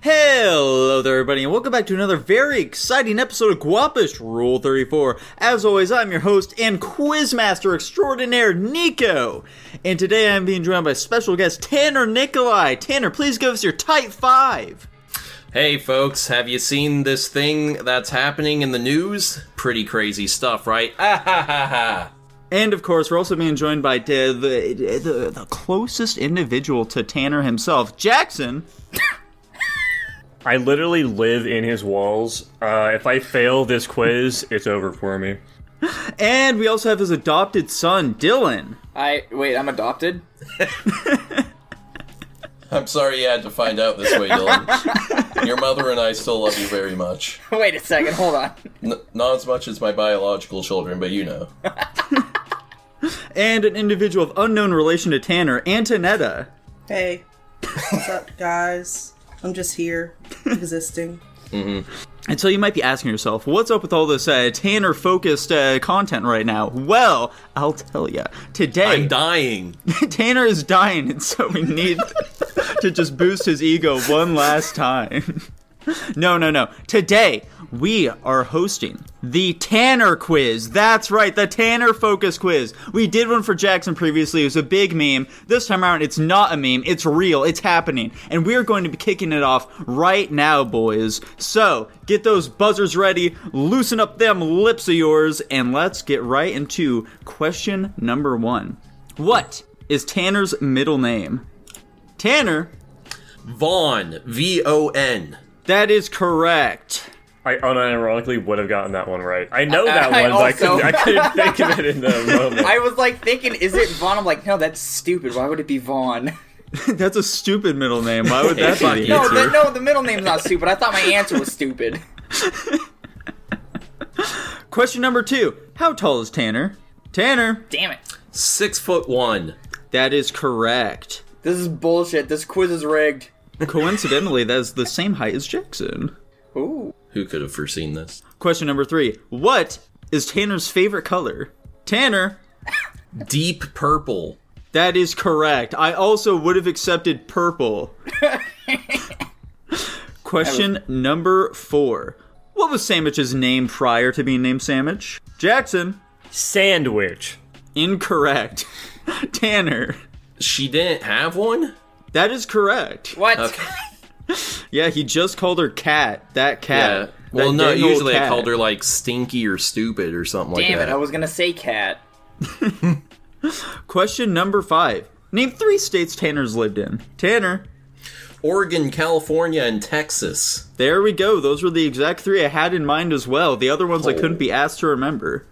Hello there, everybody, and welcome back to another very exciting episode of Guapish Rule 34. As always, I'm your host and quizmaster extraordinaire, Nico. And today I'm being joined by special guest Tanner Nikolai. Tanner, please give us your type five. Hey folks, have you seen this thing that's happening in the news? Pretty crazy stuff, right? Ah ha ha ha. And of course, we're also being joined by the, the, the, the closest individual to Tanner himself, Jackson. I literally live in his walls. Uh, if I fail this quiz, it's over for me. And we also have his adopted son, Dylan. I wait. I'm adopted. I'm sorry you had to find out this way, Dylan. Your mother and I still love you very much. wait a second. Hold on. N- not as much as my biological children, but you know. And an individual of unknown relation to Tanner, Antonetta. Hey, what's up, guys? I'm just here, existing. And so you might be asking yourself, what's up with all this uh, Tanner focused uh, content right now? Well, I'll tell you. Today, I'm dying. Tanner is dying, and so we need to just boost his ego one last time. No, no, no. Today, we are hosting the Tanner quiz. That's right, the Tanner focus quiz. We did one for Jackson previously. It was a big meme. This time around, it's not a meme. It's real. It's happening. And we're going to be kicking it off right now, boys. So, get those buzzers ready, loosen up them lips of yours, and let's get right into question number one. What is Tanner's middle name? Tanner, Vaughn, V O N. that is correct. I unironically would have gotten that one right. I know that I one, but I couldn't, also- I couldn't think of it in the moment. I was like thinking, is it Vaughn? I'm like, no, that's stupid. Why would it be Vaughn? That's a stupid middle name. Why would that Fuck be the you. No, answer? the, no, the middle name's not stupid. I thought my answer was stupid. Question number two. How tall is Tanner? Tanner. Damn it. Six foot one. That is correct. This is bullshit. This quiz is rigged. Coincidentally, that is the same height as Jackson. Ooh. Who could have foreseen this? Question number three. What is Tanner's favorite color? Tanner. Deep purple. That is correct. I also would have accepted purple. Question number four. What was Sandwich's name prior to being named Sandwich? Jackson. Sandwich. Incorrect. Tanner. She didn't have one? That is correct. What? Okay. Yeah, he just called her cat. That Yeah. cat. Well, That no, dang old usually I cat. called her like stinky or stupid or something Damn like it. that. I was gonna say cat. Question number five. Name three states Tanner's lived in. Tanner. Oregon, California, and Texas. There we go. Those were the exact three I had in mind as well. The other ones I couldn't be asked to remember.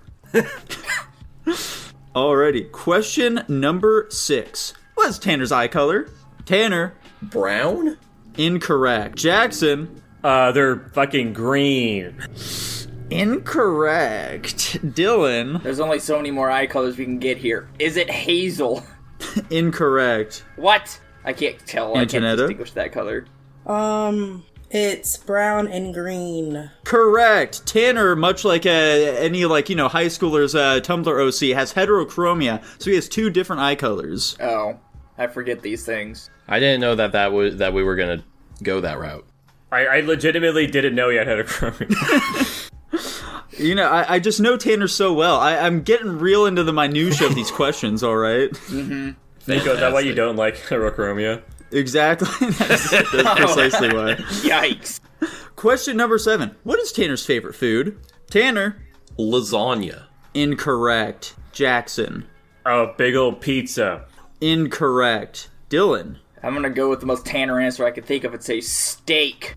Alrighty. Question number six. What's Tanner's eye color? Tanner. Brown? Incorrect. Jackson. Uh, they're fucking green. Incorrect. Dylan. There's only so many more eye colors we can get here. Is it hazel? Incorrect. What? I can't tell. I can't Antonetta? distinguish that color. Um, it's brown and green. Correct. Tanner, much like uh, any like you know high schoolers uh, Tumblr OC, has heterochromia, so he has two different eye colors. Oh, I forget these things. I didn't know that that was that we were gonna go that route. I, I legitimately didn't know yet how to grow it. You know, I, I just know Tanner so well. I, I'm getting real into the minutia of these questions. All right, Nico, is that why you don't like Herochromia? exactly. That's, that's precisely why. Yikes. Question number seven: What is Tanner's favorite food? Tanner, Lasagna. incorrect. Jackson, Oh, big old pizza. incorrect. Dylan. I'm gonna go with the most Tanner answer I could think of and say steak.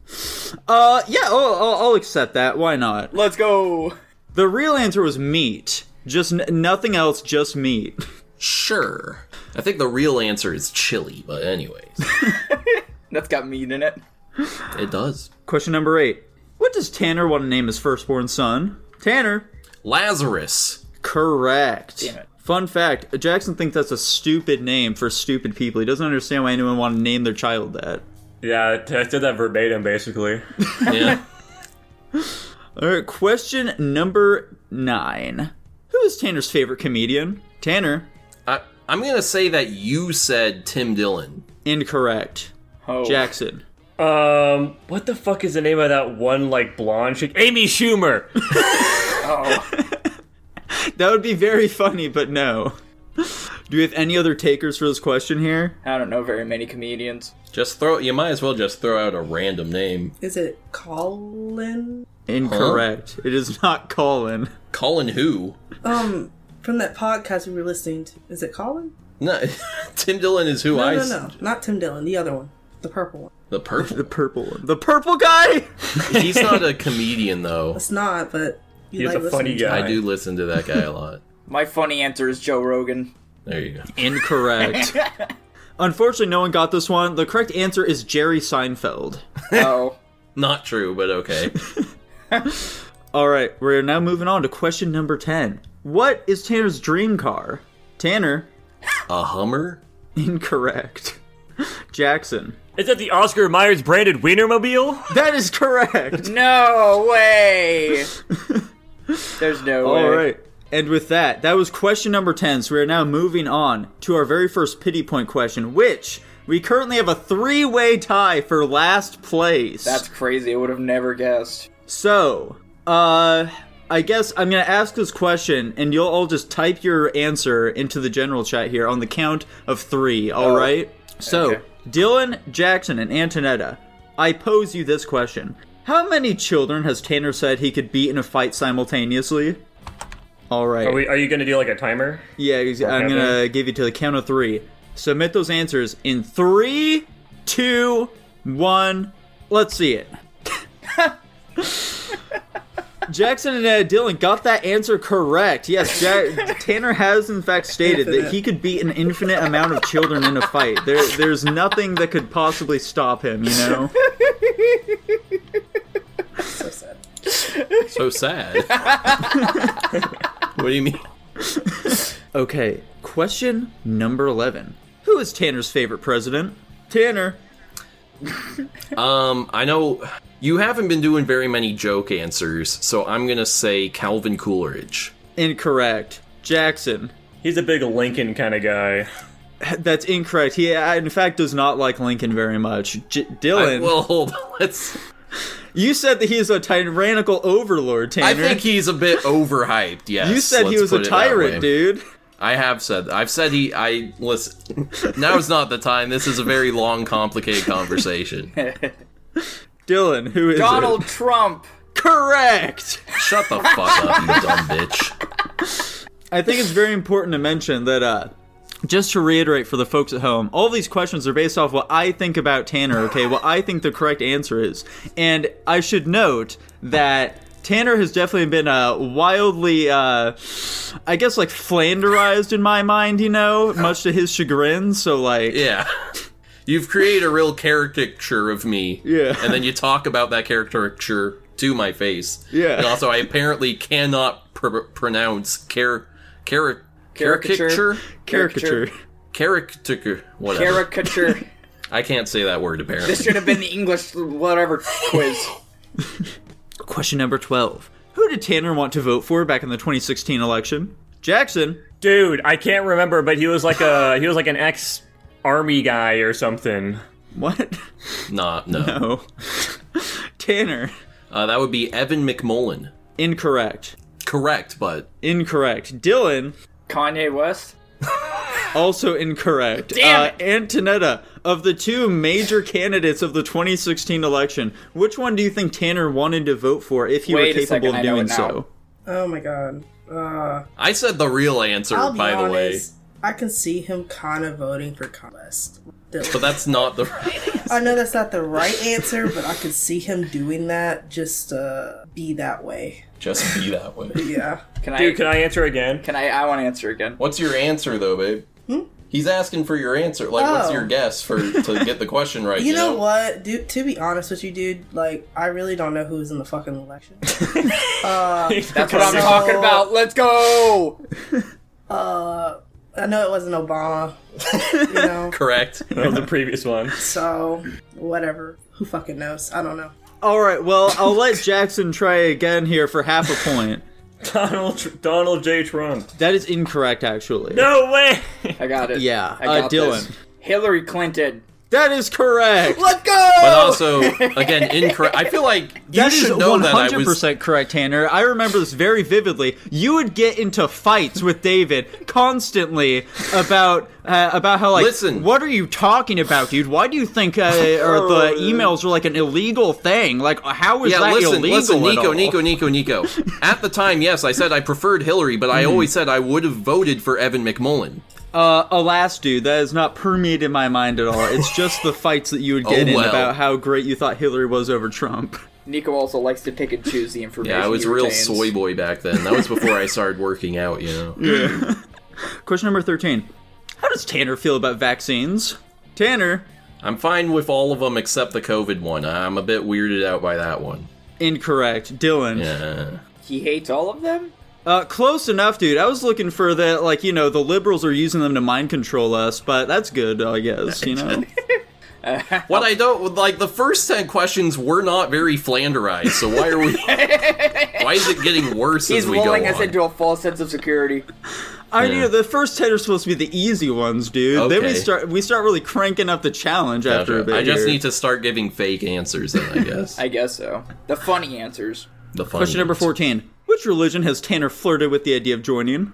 Uh, yeah, I'll, I'll, I'll accept that. Why not? Let's go. The real answer was meat. Just n- nothing else. Just meat. Sure. I think the real answer is chili, but anyways, That's got meat in it. it does. Question number eight. What does Tanner want to name his firstborn son? Tanner. Lazarus. Correct. Damn it. Fun fact Jackson thinks that's a stupid name for stupid people. He doesn't understand why anyone would want to name their child that. Yeah, I said that verbatim, basically. Yeah. Alright, question number nine. Who is Tanner's favorite comedian? Tanner. I, I'm gonna say that you said Tim Dillon. Incorrect. Oh, Jackson. Um, what the fuck is the name of that one like blonde chick? Amy Schumer. Oh, That would be very funny, but no. Do we have any other takers for this question here? I don't know very many comedians. Just throw. You might as well just throw out a random name. Is it Colin? Incorrect. It is not Colin. Colin who? Um, from that podcast we were listening to. Is it Colin? No, Tim Dillon is who No, I. no, s- no. Not Tim Dillon. The other one. The purple one. The purple. The purple one. The purple guy? He's not a comedian though. It's not, but you He's like a funny listening to guy. it. I do listen to that guy a lot. My funny answer is Joe Rogan. There you go. Incorrect. Unfortunately, no one got this one. The correct answer is Jerry Seinfeld. Oh, Not true, but okay. All right, we're now moving on to question number 10. What is Tanner's dream car? Tanner, A Hummer? incorrect. Jackson, Is that the Oscar Myers branded Wienermobile? that is correct. no way! There's no way. All right. And with that, that was question number 10. So we are now moving on to our very first pity point question, which we currently have a three way tie for last place. That's crazy. I would have never guessed. so, uh, I guess I'm going to ask this question, and you'll all just type your answer into the general chat here on the count of three. All Oh. right. So, Okay. Dylan, Jackson, and Antonetta, I pose you this question How many children has Tanner said he could beat in a fight simultaneously? All right. Are, we, are you gonna do like a timer? Yeah, ex- I'm Okay. gonna give you to the count of three. Submit those answers in three, two, one. Let's see it. Jackson and uh, Dylan got that answer correct. Yes, ja- Tanner has in fact stated that he could beat an infinite amount of children in a fight. There, there's nothing that could possibly stop him. You know. So sad. So sad. what do you mean? Okay. Question number eleven. Who is Tanner's favorite president? Tanner. Um, I know you haven't been doing very many joke answers, so I'm gonna say Calvin Coolidge. Incorrect. Jackson. He's a big Lincoln kind of guy. That's incorrect. He, uh, in fact, does not like Lincoln very much. J- I, Dylan, well, hold on. Let's. you said that he is a tyrannical overlord, Tanner. I think he's a bit overhyped. Yes, you said he let's was a put it that way. tyrant, dude. I have said. I've said he. I listen. Now's not the time. This is a very long, complicated conversation. Dylan, who is it? Donald Trump. Correct. Shut the fuck up, you dumb bitch. I think it's very important to mention that. uh just to reiterate for the folks at home, all these questions are based off what I think about Tanner, okay? What I think the correct answer is. And I should note that Tanner has definitely been uh, wildly, uh, I guess, like flanderized in my mind, you know, much to his chagrin. So, like, Yeah. You've created a real caricature of me. Yeah. And then you talk about that caricature to my face. Yeah. And also, I apparently cannot pr- pronounce car- car- caricature? Caricature. caricature. Caricature. Whatever. Caricature. I can't say that word, apparently. this should have been the English whatever quiz. Question number 12 Who did Tanner want to vote for back in the 2016 election? Jackson. Dude, I can't remember, but he was like a he was like an ex army guy or something. What? Nah, no. No. Tanner. Uh, that would be Evan McMullen. Incorrect. Correct, but Incorrect. Dylan, Kanye West. also incorrect. Damn uh, Antonetta, of the two major candidates of the 2016 election, which one do you think Tanner wanted to vote for if he Wait a were capable second, of I know doing it now. so? Oh my god. Uh, I said the real answer, I'll be Oh, by the way. honest. I can see him kind of voting for Kanye West. But that's not the right. I know that's not the right answer, but I could see him doing that just uh, be that way. Just be that way. Yeah. Can I? Dude, Can can I? I answer again? Can I, want to answer again. What's your answer though, babe? Hmm? He's asking for your answer. Like, what's Oh. your guess for to get the question right? You know what, dude? To be honest with you, dude, like I really don't know who's in the fucking election. That's what I'm So- talking about. Let's go. I know it wasn't Obama, you know. Correct. That was the previous one. So whatever. Who fucking knows? I don't know. All right, well, I'll let Jackson try again here for half a point. Donald Tr- Donald J. Trump. That is incorrect, actually. No way. I got it. Yeah, I got uh, Dylan. this. Hillary Clinton. That is correct. Let's go! But also, again, incorrect. I feel like you that is should know that I 100% was. correct, Tanner. I remember this very vividly. You would get into fights with David constantly about uh, about how like, Listen. what are you talking about, dude? Why do you think uh, or the emails were like an illegal thing? Like, how is Yeah, that listen, illegal? listen, at Nico, all? Nico, Nico, Nico. At the time, yes, I said I preferred Hillary, but I Hmm. always said I would have voted for Evan McMullen. Uh, alas, dude, that is not permeated my mind at all. It's just the fights that you would get Oh, in well. about how great you thought Hillary was over Trump. Nico also likes to pick and choose the information. Yeah, I was he a real retains. soy boy back then. That was before I started working out, you know. Question number 13. How does Tanner feel about vaccines? Tanner, I'm fine with all of them except the COVID one. I'm a bit weirded out by that one. incorrect. Dylan. Yeah. He hates all of them. Uh, close enough, dude. I was looking for that, like, you know, the liberals are using them to mind control us, but that's good, I guess, you know? What I don't like, the first 10 questions were not very Flanderized, so why are we. why is it getting worse He's as we go? lulling us on? into a false sense of security. I knew the first 10 are supposed to be the easy ones, dude. Then we Okay. start we start really cranking up the challenge after a bit. I just here. need to start giving fake answers then, I guess. I guess so. The funny answers. the funny Question number ones. 14. Which religion has Tanner flirted with the idea of joining?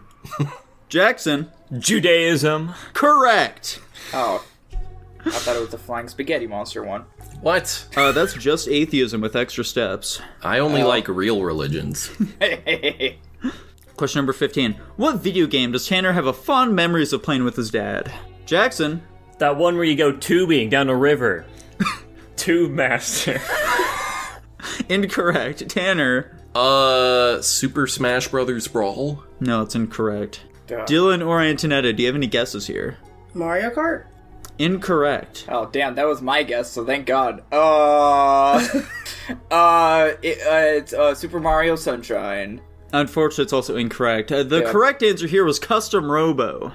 Jackson. Judaism. Correct. Oh, I thought it was the flying spaghetti monster one. What? Uh, that's just atheism with extra steps. I Uh, only like real religions. Question number 15. What video game does Tanner have a fond memories of playing with his dad? Jackson. That one where you go tubing down a river. Tube master. Incorrect. Tanner. Uh, Super Smash Brothers Brawl? No, it's incorrect. Duh. Dylan or Antonetta, do you have any guesses here? Mario Kart? Incorrect. Oh damn, that was my guess. So thank God. Uh, uh, it, uh it's uh, Super Mario Sunshine. Unfortunately, it's also incorrect. Uh, the Yeah. correct answer here was Custom Robo.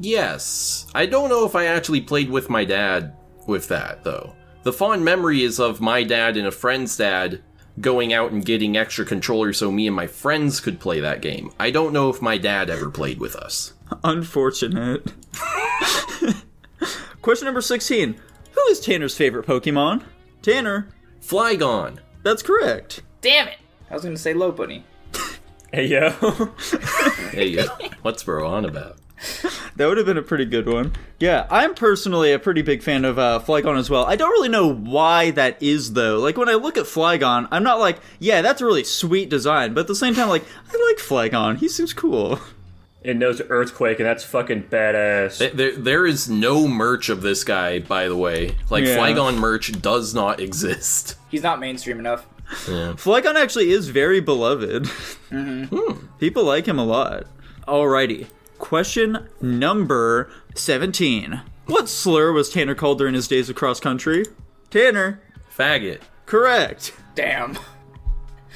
Yes. I don't know if I actually played with my dad with that, though. The fond memory is of my dad and a friend's dad going out and getting extra controllers so me and my friends could play that game. I don't know if my dad ever played with us. Unfortunate. Question number 16. Who is Tanner's favorite Pokemon? Tanner. Flygon! That's correct. I was gonna say Low Bunny. Hey yo. Hey, uh, what's bro on about? That would have been a pretty good one. Yeah, I'm personally a pretty big fan of uh, Flygon as well. I don't really know why that is though. Like when I look at Flygon, I'm not like, yeah, that's a really sweet design. But at the same time, like I like Flygon. He seems cool. It knows earthquake, and that's fucking badass. Th- Eh, There, there is no merch of this guy, by the way. Like, Yeah. Flygon merch does not exist. He's not mainstream enough. Flygon actually is very beloved. People like him a lot. Alrighty. Question number 17. What slur was Tanner called during his days across country? Tanner. Faggot. Correct. Damn.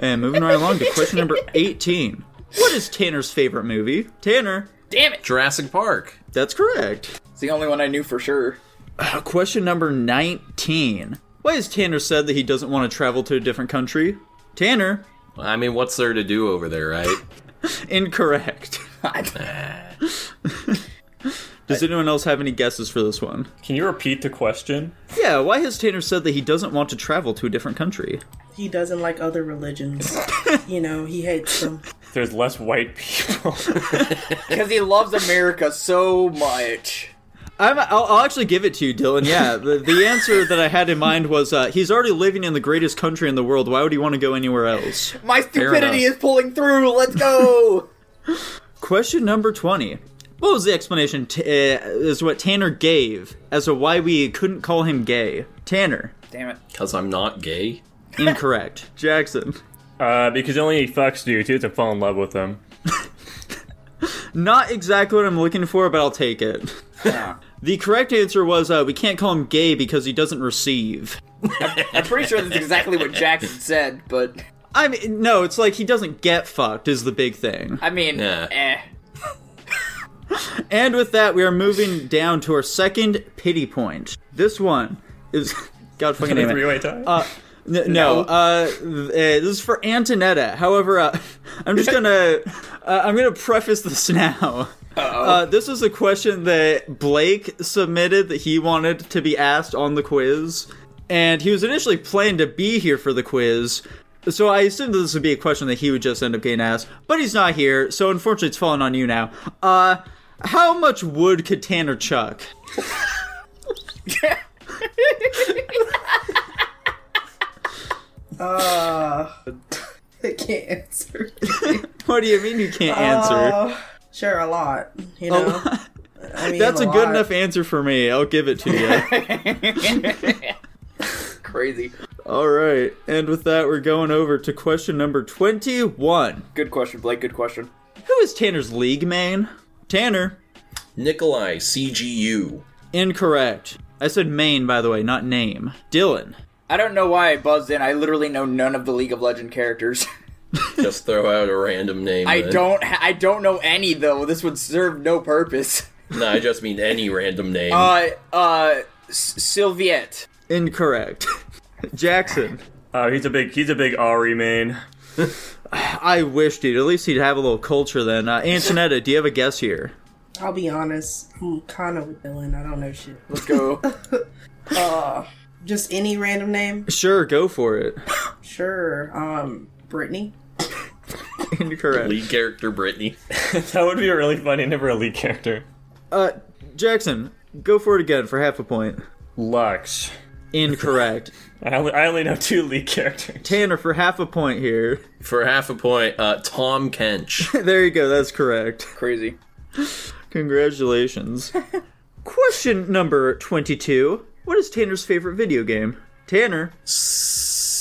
And moving right along to question number 18. What is Tanner's favorite movie? Tanner. Damn it. Jurassic Park. That's correct. It's the only one I knew for sure. Uh, question number 19. Why has Tanner said that he doesn't want to travel to a different country? Tanner. I mean, what's there to do over there, right? Incorrect. Does anyone else have any guesses for this one? Can you repeat the question? Yeah, why has Tanner said that he doesn't want to travel to a different country? He doesn't like other religions. you know, he hates them. There's less white people. Because he loves America so much. I'm, I'll, I'll actually give it to you, Dylan. Yeah, the, the answer that I had in mind was uh, he's already living in the greatest country in the world. Why would he want to go anywhere else? My stupidity enough. is pulling through. Let's go. Question number 20. What was the explanation t- uh, is what Tanner gave as to why we couldn't call him gay? Tanner. Damn it. Because I'm not gay. Incorrect. Jackson. uh, because only he fucks dudes. He doesn't fall in love with them. Not exactly what I'm looking for, but I'll take it. Yeah. The correct answer was uh, we can't call him gay because he doesn't receive. I'm pretty sure that's exactly what Jackson said, but I mean, no, it's like he doesn't get fucked is the big thing. I mean, Yeah. eh. And with that, we are moving down to our second pity point. This one is God fucking damn it. Three-way tie. Uh, N- no, uh, th- uh, this is for Antonetta. However, uh, I'm just gonna uh, I'm gonna preface this now. Uh, this is a question that Blake submitted that he wanted to be asked on the quiz, and he was initially planned to be here for the quiz. So I assumed that this would be a question that he would just end up getting asked, but he's not here. So unfortunately, it's falling on you now. Uh, how much wood could Tanner chuck? Uh, I can't answer. What do you mean you can't answer? Uh, sure, a lot. You know, I Oh, mean, That's a good lot. enough answer for me. I'll give it to you. eh. Crazy. All right. And with that, we're going over to question number 21. Good question, Blake. Good question. Who is Tanner's league main? Tanner. Nikolai CGU. Incorrect. I said main, by the way, not name. Dylan. I don't know why I buzzed in. I literally know none of the League of Legend characters. Just throw out a random name. I then. don't. ha- I don't know any though. This would serve no purpose. No, I just mean any random name. Uh, uh, S- Sylviette. Incorrect. Jackson. Uh, he's a big he's a big Ari main. I wish, dude. At least he'd have a little culture then. Uh, Antonetta, do you have a guess here? I'll be honest. I'm kind of with Dylan. I don't know shit. Let's go. Just any random name. Sure, go for it. Sure. Um, Brittany. Incorrect. Lead character Brittany. That would be a really funny never elite character. Uh, Jackson, go for it again for half a point. Lux. Incorrect. I only, I only know two elite characters. Tanner, for half a point here. For half a point, uh, Tom Kench. There you go. That's correct. Crazy. Congratulations. Question number 22. What is Tanner's favorite video game? Tanner.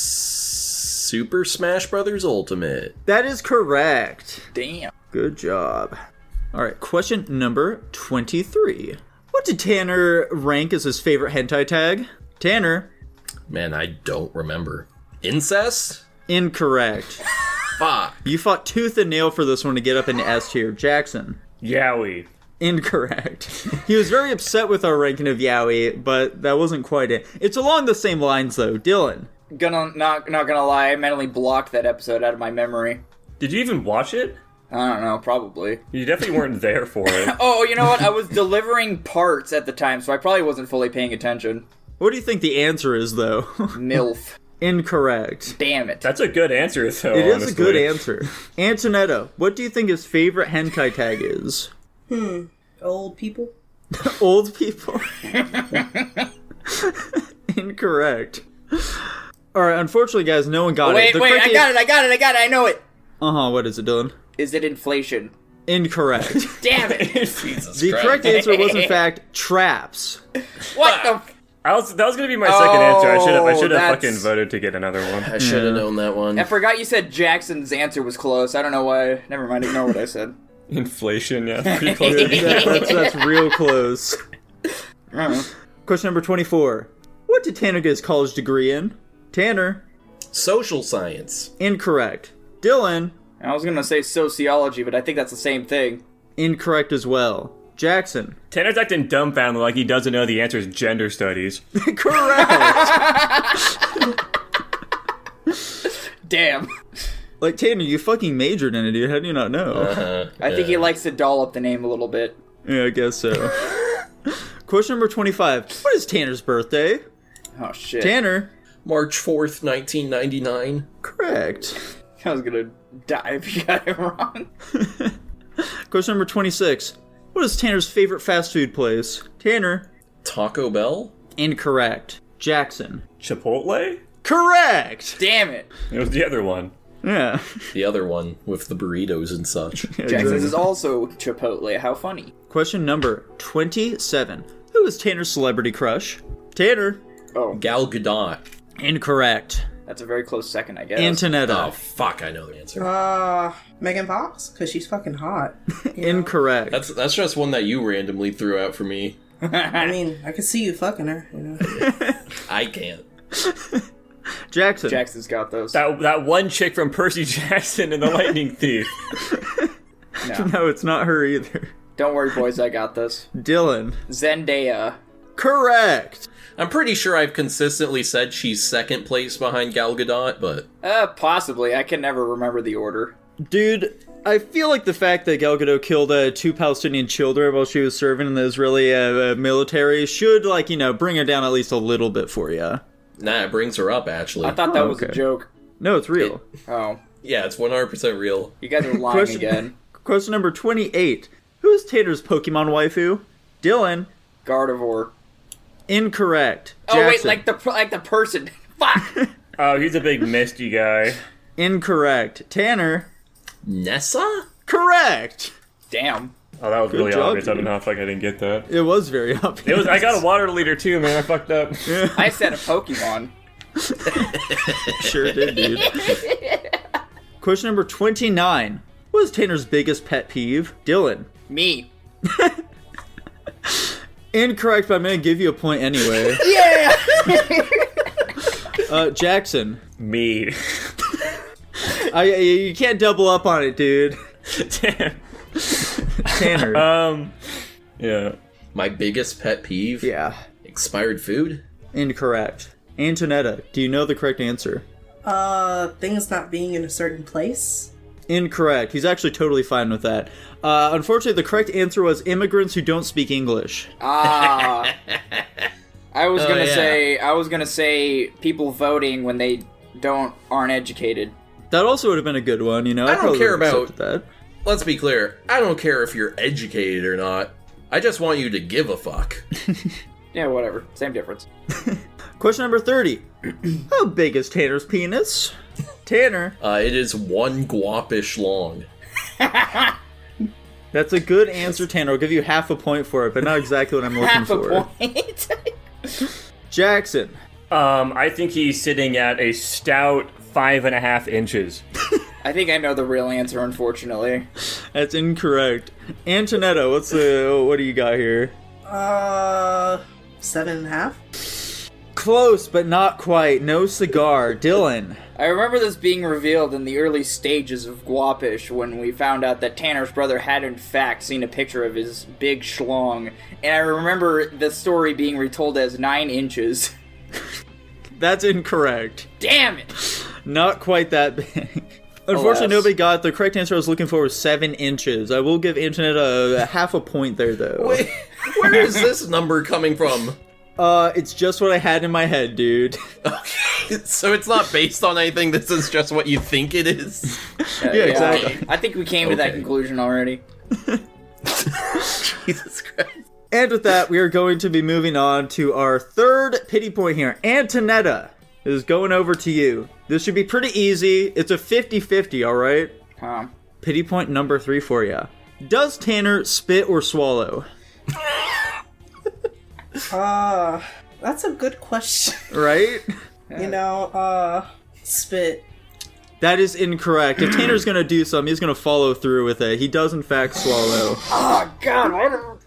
Super Smash Brothers Ultimate. That is correct. Damn. Good job. All right, question number 23. What did Tanner rank as his favorite hentai tag? Tanner. Man, I don't remember. Incest? Incorrect. Fuck. You fought tooth and nail for this one to get up in S tier. Jackson. Yowie. Incorrect. He was very upset with our ranking of Yaoi, but that wasn't quite it. It's along the same lines though. Dylan. Gonna not not gonna lie. I mentally blocked that episode out of my memory. Did you even watch it? I don't know. Probably. You definitely weren't there for it. Oh, you know what? I was delivering parts at the time, so I probably wasn't fully paying attention. What do you think the answer is though? Milf. Incorrect. Damn it. That's a good answer, though. It is a honestly. good answer. Antonetta, what do you think his favorite hentai tag is? Old people. Old people. Incorrect. All right, unfortunately, guys, no one got it. wait, wait. I got it. I got it. I got it. I know it. Uh huh. What is it, Dylan? Is it inflation? Incorrect. Damn it. Jesus the Christ. correct answer was, in fact, traps. what the? F- I was, that was gonna be my second answer. I should have I Oh, should have that's- fucking voted to get another one. I should have known that one. I forgot you said Jackson's answer was close. I don't know why. Never mind. Ignore what I said. Inflation, yeah, pretty close. Yeah, that's, that's real close. Question number 24. What did Tanner get his college degree in? Tanner. Social science. Incorrect. Dylan. I was gonna say sociology, but I think that's the same thing. Incorrect as well. Jackson. Tanner's acting dumbfounded like he doesn't know the answer is gender studies. Correct. Damn. like Tanner, you fucking majored in it, dude. How do you not know? I think he likes to doll up the name a little bit. Yeah, I guess so. Question number twenty-five. What is Tanner's birthday? Oh shit. Tanner. March 4th, 1999. Correct. I was gonna die if you got it wrong. Question number twenty-six. What is Tanner's favorite fast food place? Tanner. Taco Bell? Incorrect. Jackson. Chipotle? Correct. Damn it. It was the other one. Yeah. The other one with the burritos and such. Jackson's is also Chipotle. How funny. Question number twenty-seven. Who is Tanner's celebrity crush? Tanner. Oh, Gal Gadot. Incorrect. that's a very close second, I guess. Oh, Antonetta. fuck, I know the answer. Uh, Megan Fox, because she's fucking hot. Incorrect. That's that's just one that you randomly threw out for me. I mean, I could see you fucking her. You know, I can't. Jackson. Jackson's got those. That that one chick from Percy Jackson and the Lightning Thief. no, it's not her either. Don't worry, boys. I got this. Dylan. Zendaya. Correct. I'm pretty sure I've consistently said she's second place behind Gal Gadot, but Uh, possibly. I can never remember the order. Dude, I feel like the fact that Gal Gadot killed uh, two Palestinian children while she was serving in the Israeli uh, uh, military should, like, you know, bring her down at least a little bit for you. nah, it brings her up actually. I thought that Oh, was a okay. joke. No, it's real. Oh, yeah, it's 100% real. you guys are lying Question- again. Question number 28. Who's Tater's Pokemon waifu? Dylan. Gardevoir. Incorrect. Oh wait, Jackson. like the per- like the person. Fuck. Oh, he's a big misty guy. Incorrect. Tanner. Nessa? Correct. Damn. Oh, that was really job, obvious. I dude. don't know if I didn't get that. It was very obvious. It was. I got a water leader too, man. I fucked up. I said a Pokemon. sure did, dude. Question number 29. What is Tanner's biggest pet peeve? Dylan. Me. Incorrect, but I'm going to give you a point anyway. Yeah. Uh, Jackson. Me. I, I- you can't double up on it, dude. Damn. Tanner. Um. Yeah. My biggest pet peeve? yeah. Expired food? Incorrect. Antonetta, do you know the correct answer? Uh, things not being in a certain place. Incorrect. He's actually totally fine with that. Uh, unfortunately, the correct answer was immigrants who don't speak English. Ah. I was Oh, gonna yeah. say. I was gonna say people voting when they don't aren't educated. That also would have been a good one, you know. I, don't probably care would've about- accepted that. Let's be clear. I don't care if you're educated or not. I just want you to give a fuck. Yeah, whatever. Same difference. Question number thirty. How big is Tanner's penis? Tanner. Uh, it is one guapish long. That's a good answer, Tanner. I'll give you half a point for it, but not exactly what I'm looking Half for. a point. Jackson. Um. I think he's sitting at a stout five and a half inches. I think I know the real answer, unfortunately. That's incorrect. Antonetta, what's the what do you got here? Uh, seven and a half. Close, but not quite. No cigar. Dylan. I remember this being revealed in the early stages of Guapish when we found out that Tanner's brother had, in fact, seen a picture of his big schlong. And I remember the story being retold as nine inches. That's incorrect. Damn it! Not quite that big. Unfortunately, Alas. nobody got the correct answer I was looking for was seven inches. I will give Antonetta a, a half a point there, though. Wait, where is this number coming from? Uh, it's just what I had in my head, dude. So it's not based on anything. This is just what you think it is. Uh, Yeah, exactly. I think we came to that Okay. conclusion already. Jesus Christ. And with that, we are going to be moving on to our third pity point here. Antonetta is going over to you. This should be pretty easy. It's a 50 50, all right? Um, Pity point number three for you. Does Tanner spit or swallow? Uh, that's a good question. Right? you know, uh, spit. That is incorrect. If Tanner's gonna do something, he's gonna follow through with it. He does in fact swallow. oh, God, what a.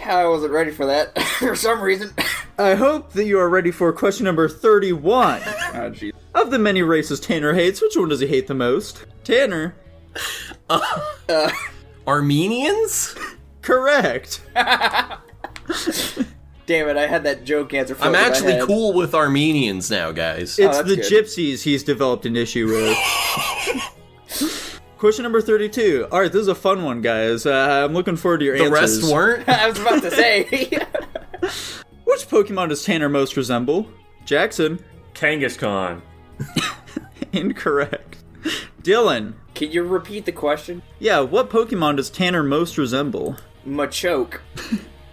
I wasn't ready for that for some reason. I hope that you are ready for question number 31. oh, jeez. Of the many races Tanner hates, which one does he hate the most? Tanner. Armenians? Correct. Damn it, I had that joke answer for I'm actually cool with Armenians now, guys. It's that's the good. gypsies he's developed an issue with. Question number 32. All right, this is a fun one, guys. Uh, I'm looking forward to your the answers. rest weren't. I was about to say. Which Pokemon does Tanner most resemble? Jackson. Kangaskhan. Incorrect. Dylan. Can you repeat the question? Yeah, what Pokemon does Tanner most resemble? Machoke.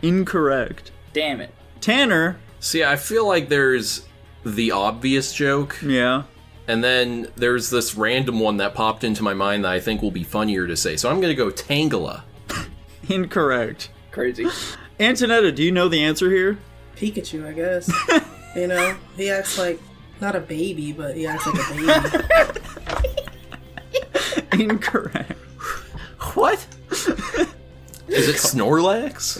Incorrect. Damn it. Tanner. See, I feel like there's the obvious joke, Yeah. and then there's this random one that popped into my mind that I think will be funnier to say. So I'm gonna go Tangela. Incorrect. Crazy. Antonetta, do you know the answer here? Pikachu, I guess. you know, he acts like not a baby, but he acts like a baby. Incorrect. What? Is it Snorlax?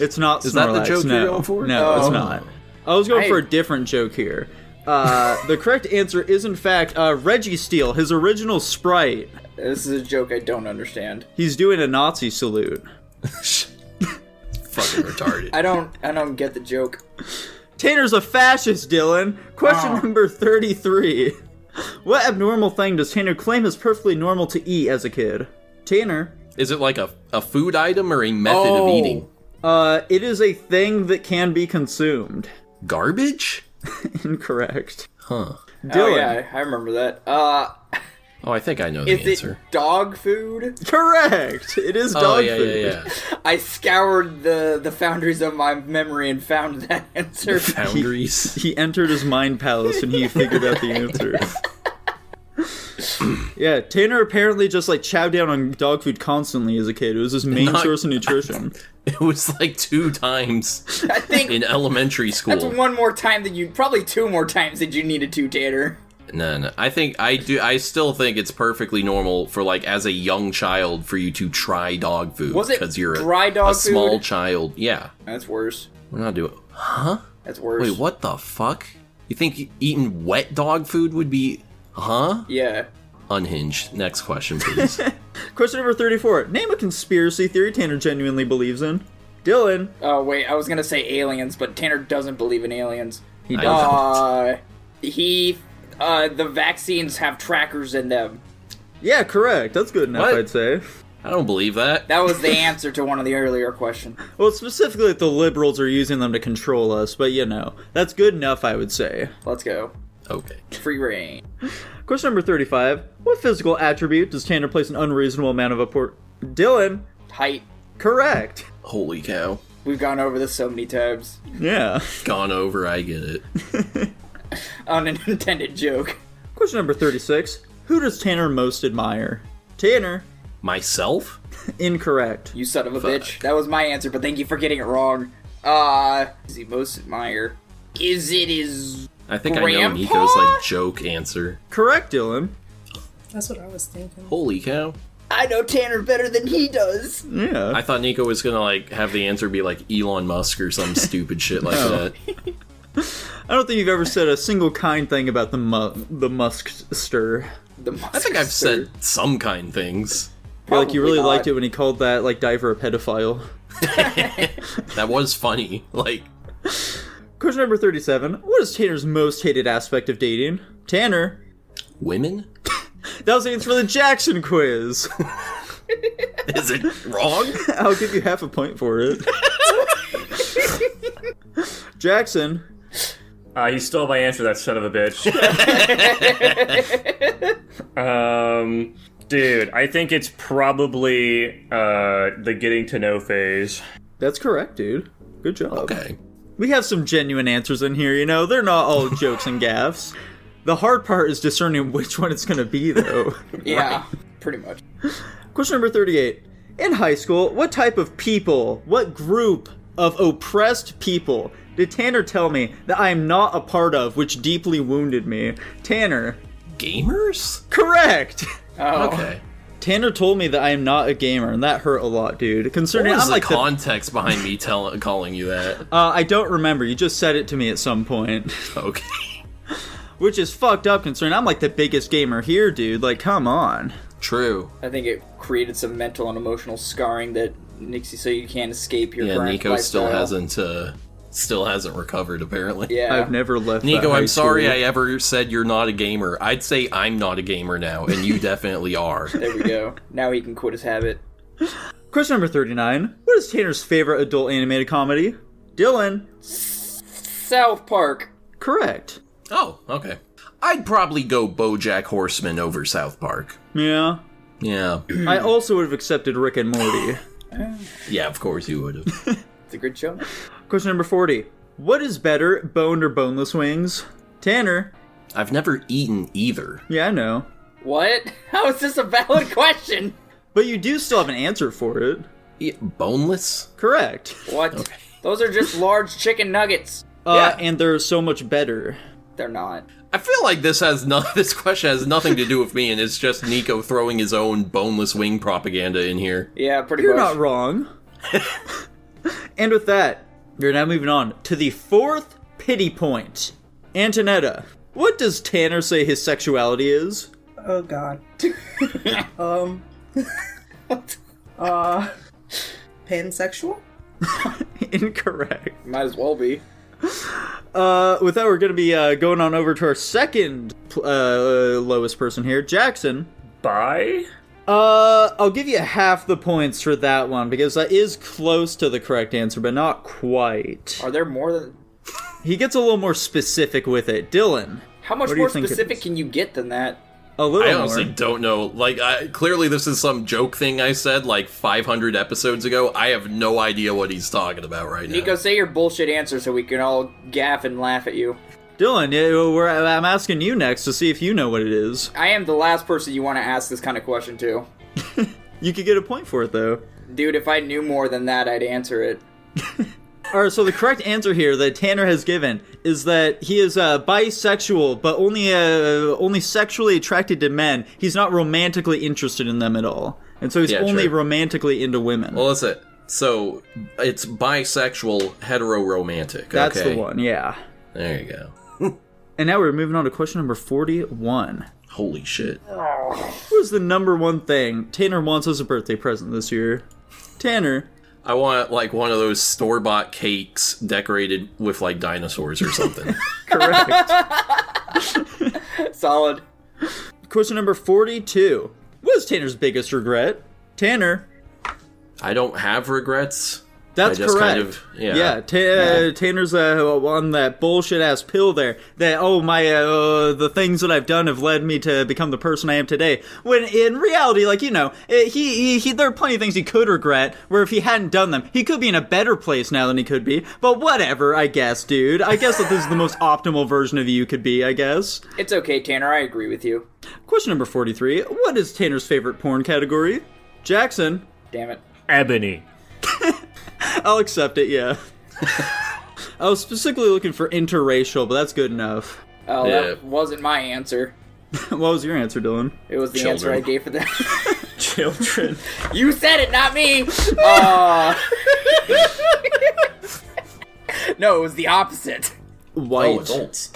It's not Is that the Snorlax, joke no. you're going for? No, Oh. it's not. I was going I- for a different joke here. Uh, the correct answer is, in fact, uh, Reggie Steele, his original sprite. This is a joke I don't understand. He's doing a Nazi salute. Fucking retarded. I don't I don't get the joke. Tanner's a fascist, Dylan. Question Oh. number 33. What abnormal thing does Tanner claim is perfectly normal to eat as a kid? Tanner, Is it like a, a food item or a method Oh. of eating? uh, it is a thing that can be consumed. Garbage? Incorrect. Huh. Dylan, Oh yeah, I remember that. Uh, Oh, I think I know the is answer. it dog food? correct. It is dog oh, yeah, food. yeah, yeah. I scoured the the foundries of my memory and found that answer. Boundaries. He entered his mind palace and he figured out the answer. yeah, Tanner apparently just like chowed down on dog food constantly as a kid. It was his main Not- source of nutrition. It was like two times I think in elementary school. that's one more time that you probably two more times that you needed to, Tanner. No, no. I think I do. I still think it's perfectly normal for like as a young child for you to try dog food. Was it because you're a- dry dog a small food? child? Yeah, That's worse. we're not doing. That's worse. Wait, what the fuck? You think eating wet dog food would be? Huh? Yeah. Unhinged. Next question, please. Question number 34. Name a conspiracy theory Tanner genuinely believes in. Dylan, Oh wait, I was gonna say aliens, but Tanner doesn't believe in aliens. he I- does. Uh, he, uh, the vaccines have trackers in them. Yeah, correct. That's good enough, What? I'd say. I don't believe that. That was the answer to one of the earlier questions. Well, specifically that the liberals are using them to control us, but you know, that's good enough, I would say. Let's go. Okay. Free reign. Question number 35. What physical attribute does Tanner place an unreasonable amount of import? Dylan, Height. correct. Holy cow. We've gone over this so many times. Yeah. Gone over. I get it. Unintended joke. Question number 36. Who does Tanner most admire? Tanner, Myself. incorrect. You son of a bitch. That was my answer, but thank you for getting it wrong. Uh, is he most admire? Is it his? I think I know Grandpa? Nico's like joke answer. Correct, Dylan. That's what I was thinking. Holy cow. I know Tanner better than he does. Yeah. I thought Nico was gonna like have the answer be like Elon Musk or some stupid shit like that. I don't think you've ever said a single kind thing about the mu- the Musk stir. The I think I've said some kind things. like you really liked it when he called that like diver a pedophile. That was funny. Like Question number thirty-seven. What is Tanner's most hated aspect of dating? Tanner. women? That was the answer for the Jackson quiz. Is it wrong? I'll give you half a point for it. Jackson. Uh, he stole my answer, that son of a bitch. um, dude, I think it's probably uh, the getting to know phase. That's correct, dude. Good job. Okay. We have some genuine answers in here, you know. They're not all jokes and gaffes. The hard part is discerning which one it's going to be, though. Yeah, pretty much. Question number 38. In high school, what type of people, what group of oppressed people did Tanner tell me that I am not a part of, which deeply wounded me? Tanner, Gamers? correct! Oh, Okay. Tanner told me that I am not a gamer, and that hurt a lot, dude. What Concerning, was I'm the like, the- context behind me tell- calling you that? uh, I don't remember. You just said it to me at some point, Okay. which is fucked up. Concerning, I'm like the biggest gamer here, dude. Like, come on. True. I think it created some mental and emotional scarring that Nixie, so you can't escape your. Yeah, current Nico still lifestyle. hasn't uh still hasn't recovered apparently. Yeah, I've never left. that Nico, high I'm sorry school. I ever said you're not a gamer. I'd say I'm not a gamer now, and you definitely are. there we go. Now he can quit his habit. Question number 39. What is Tanner's favorite adult animated comedy? Dylan, South Park. correct. Oh, okay. I'd probably go BoJack Horseman over South Park. Yeah. Yeah, I also would have accepted Rick and Morty. yeah. Of course you would have. It's a good show. Question number 40. What is better, boned or boneless wings? Tanner. I've never eaten either. Yeah, I know. What? How is this a valid question? But you do still have an answer for it. E- boneless. Correct. What? Those are just large chicken nuggets. Uh, Yeah. And they're so much better. They're not. I feel like this has no. This question has nothing to do with me, and it's just Nico throwing his own boneless wing propaganda in here. Yeah, pretty You're not much. wrong. and with that, we're now moving on to the fourth pity point. Antonetta, what does Tanner say his sexuality is? Oh god. um. uh. Pansexual? incorrect. Might as well be. Uh, with that, we're going to be uh, going on over to our second pl- uh, lowest person here, Jackson. Bye. Uh, I'll give you half the points for that one because that is close to the correct answer, but not quite. Are there more than? He gets a little more specific with it. Dylan, How much What do you more think it specific is? can you get than that? a little I honestly more. don't know. Like, I, clearly this is some joke thing I said like 500 episodes ago. I have no idea what he's talking about right now. Nico, say your bullshit answer so we can all gaff and laugh at you. Dylan, yeah, we're, I'm asking you next to see if you know what it is. I am the last person you want to ask this kind of question to. You could get a point for it though. Dude, if I knew more than that, I'd answer it. All right, so the correct answer here that Tanner has given is that he is uh, bisexual, but only uh, only sexually attracted to men. He's not romantically interested in them at all, and so he's Yeah, only true. Oh, romantically into women. well, that's it. So it's bisexual, heteroromantic. That's okay. the one, yeah. There you go. And now we're moving on to question number forty-one. Holy shit. What is the number one thing Tanner wants as a birthday present this year? Tanner, I want like one of those store bought cakes decorated with like dinosaurs or something. correct. Solid. question number forty-two. What is Tanner's biggest regret? Tanner, I don't have regrets. That's I just correct. kind of- yeah. yeah, Ta- uh, Tanner's uh, on that bullshit ass pill there. That oh my, uh, the things that I've done have led me to become the person I am today. When in reality, like you know, eh, he, he he there are plenty of things he could regret. Where if he hadn't done them, he could be in a better place now than he could be. But whatever, I guess, dude. I guess that this is the most optimal version of you you could be. I guess. It's okay, Tanner. I agree with you. Question number forty-three. What is Tanner's favorite porn category? Jackson. Damn it. Ebony. I'll accept it, yeah. I was specifically looking for interracial, but that's good enough. Oh, Yeah. that wasn't my answer. what was your answer, Dylan? It was the answer Children. I gave for that. Children. you said it, not me. Uh... no, it was the opposite. Oh, White. adults.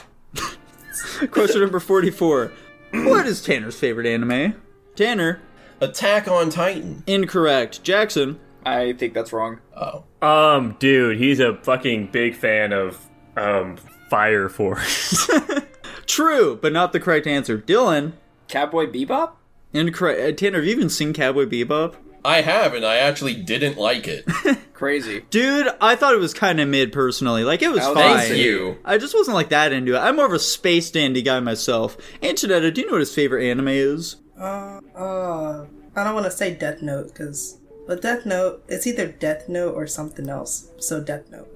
Question number 44. what is Tanner's favorite anime? Tanner. Attack on Titan. Incorrect. Jackson. I think that's wrong. Oh. Um, dude, he's a fucking big fan of um Fire Force. True, but not the correct answer. Dylan. Cowboy Bebop? Incorrect. Uh, Tanner, have you even seen Cowboy Bebop? I have, and I actually didn't like it. Crazy. Dude, I thought it was kind of mid personally. Like, it was Oh, fine. thanks, Thank you. I just wasn't like that into it. I'm more of a space dandy guy myself. Antonetta, do you know what his favorite anime is? Uh, uh, I don't want to say Death Note because, but Death Note, it's either Death Note or something else. So Death Note.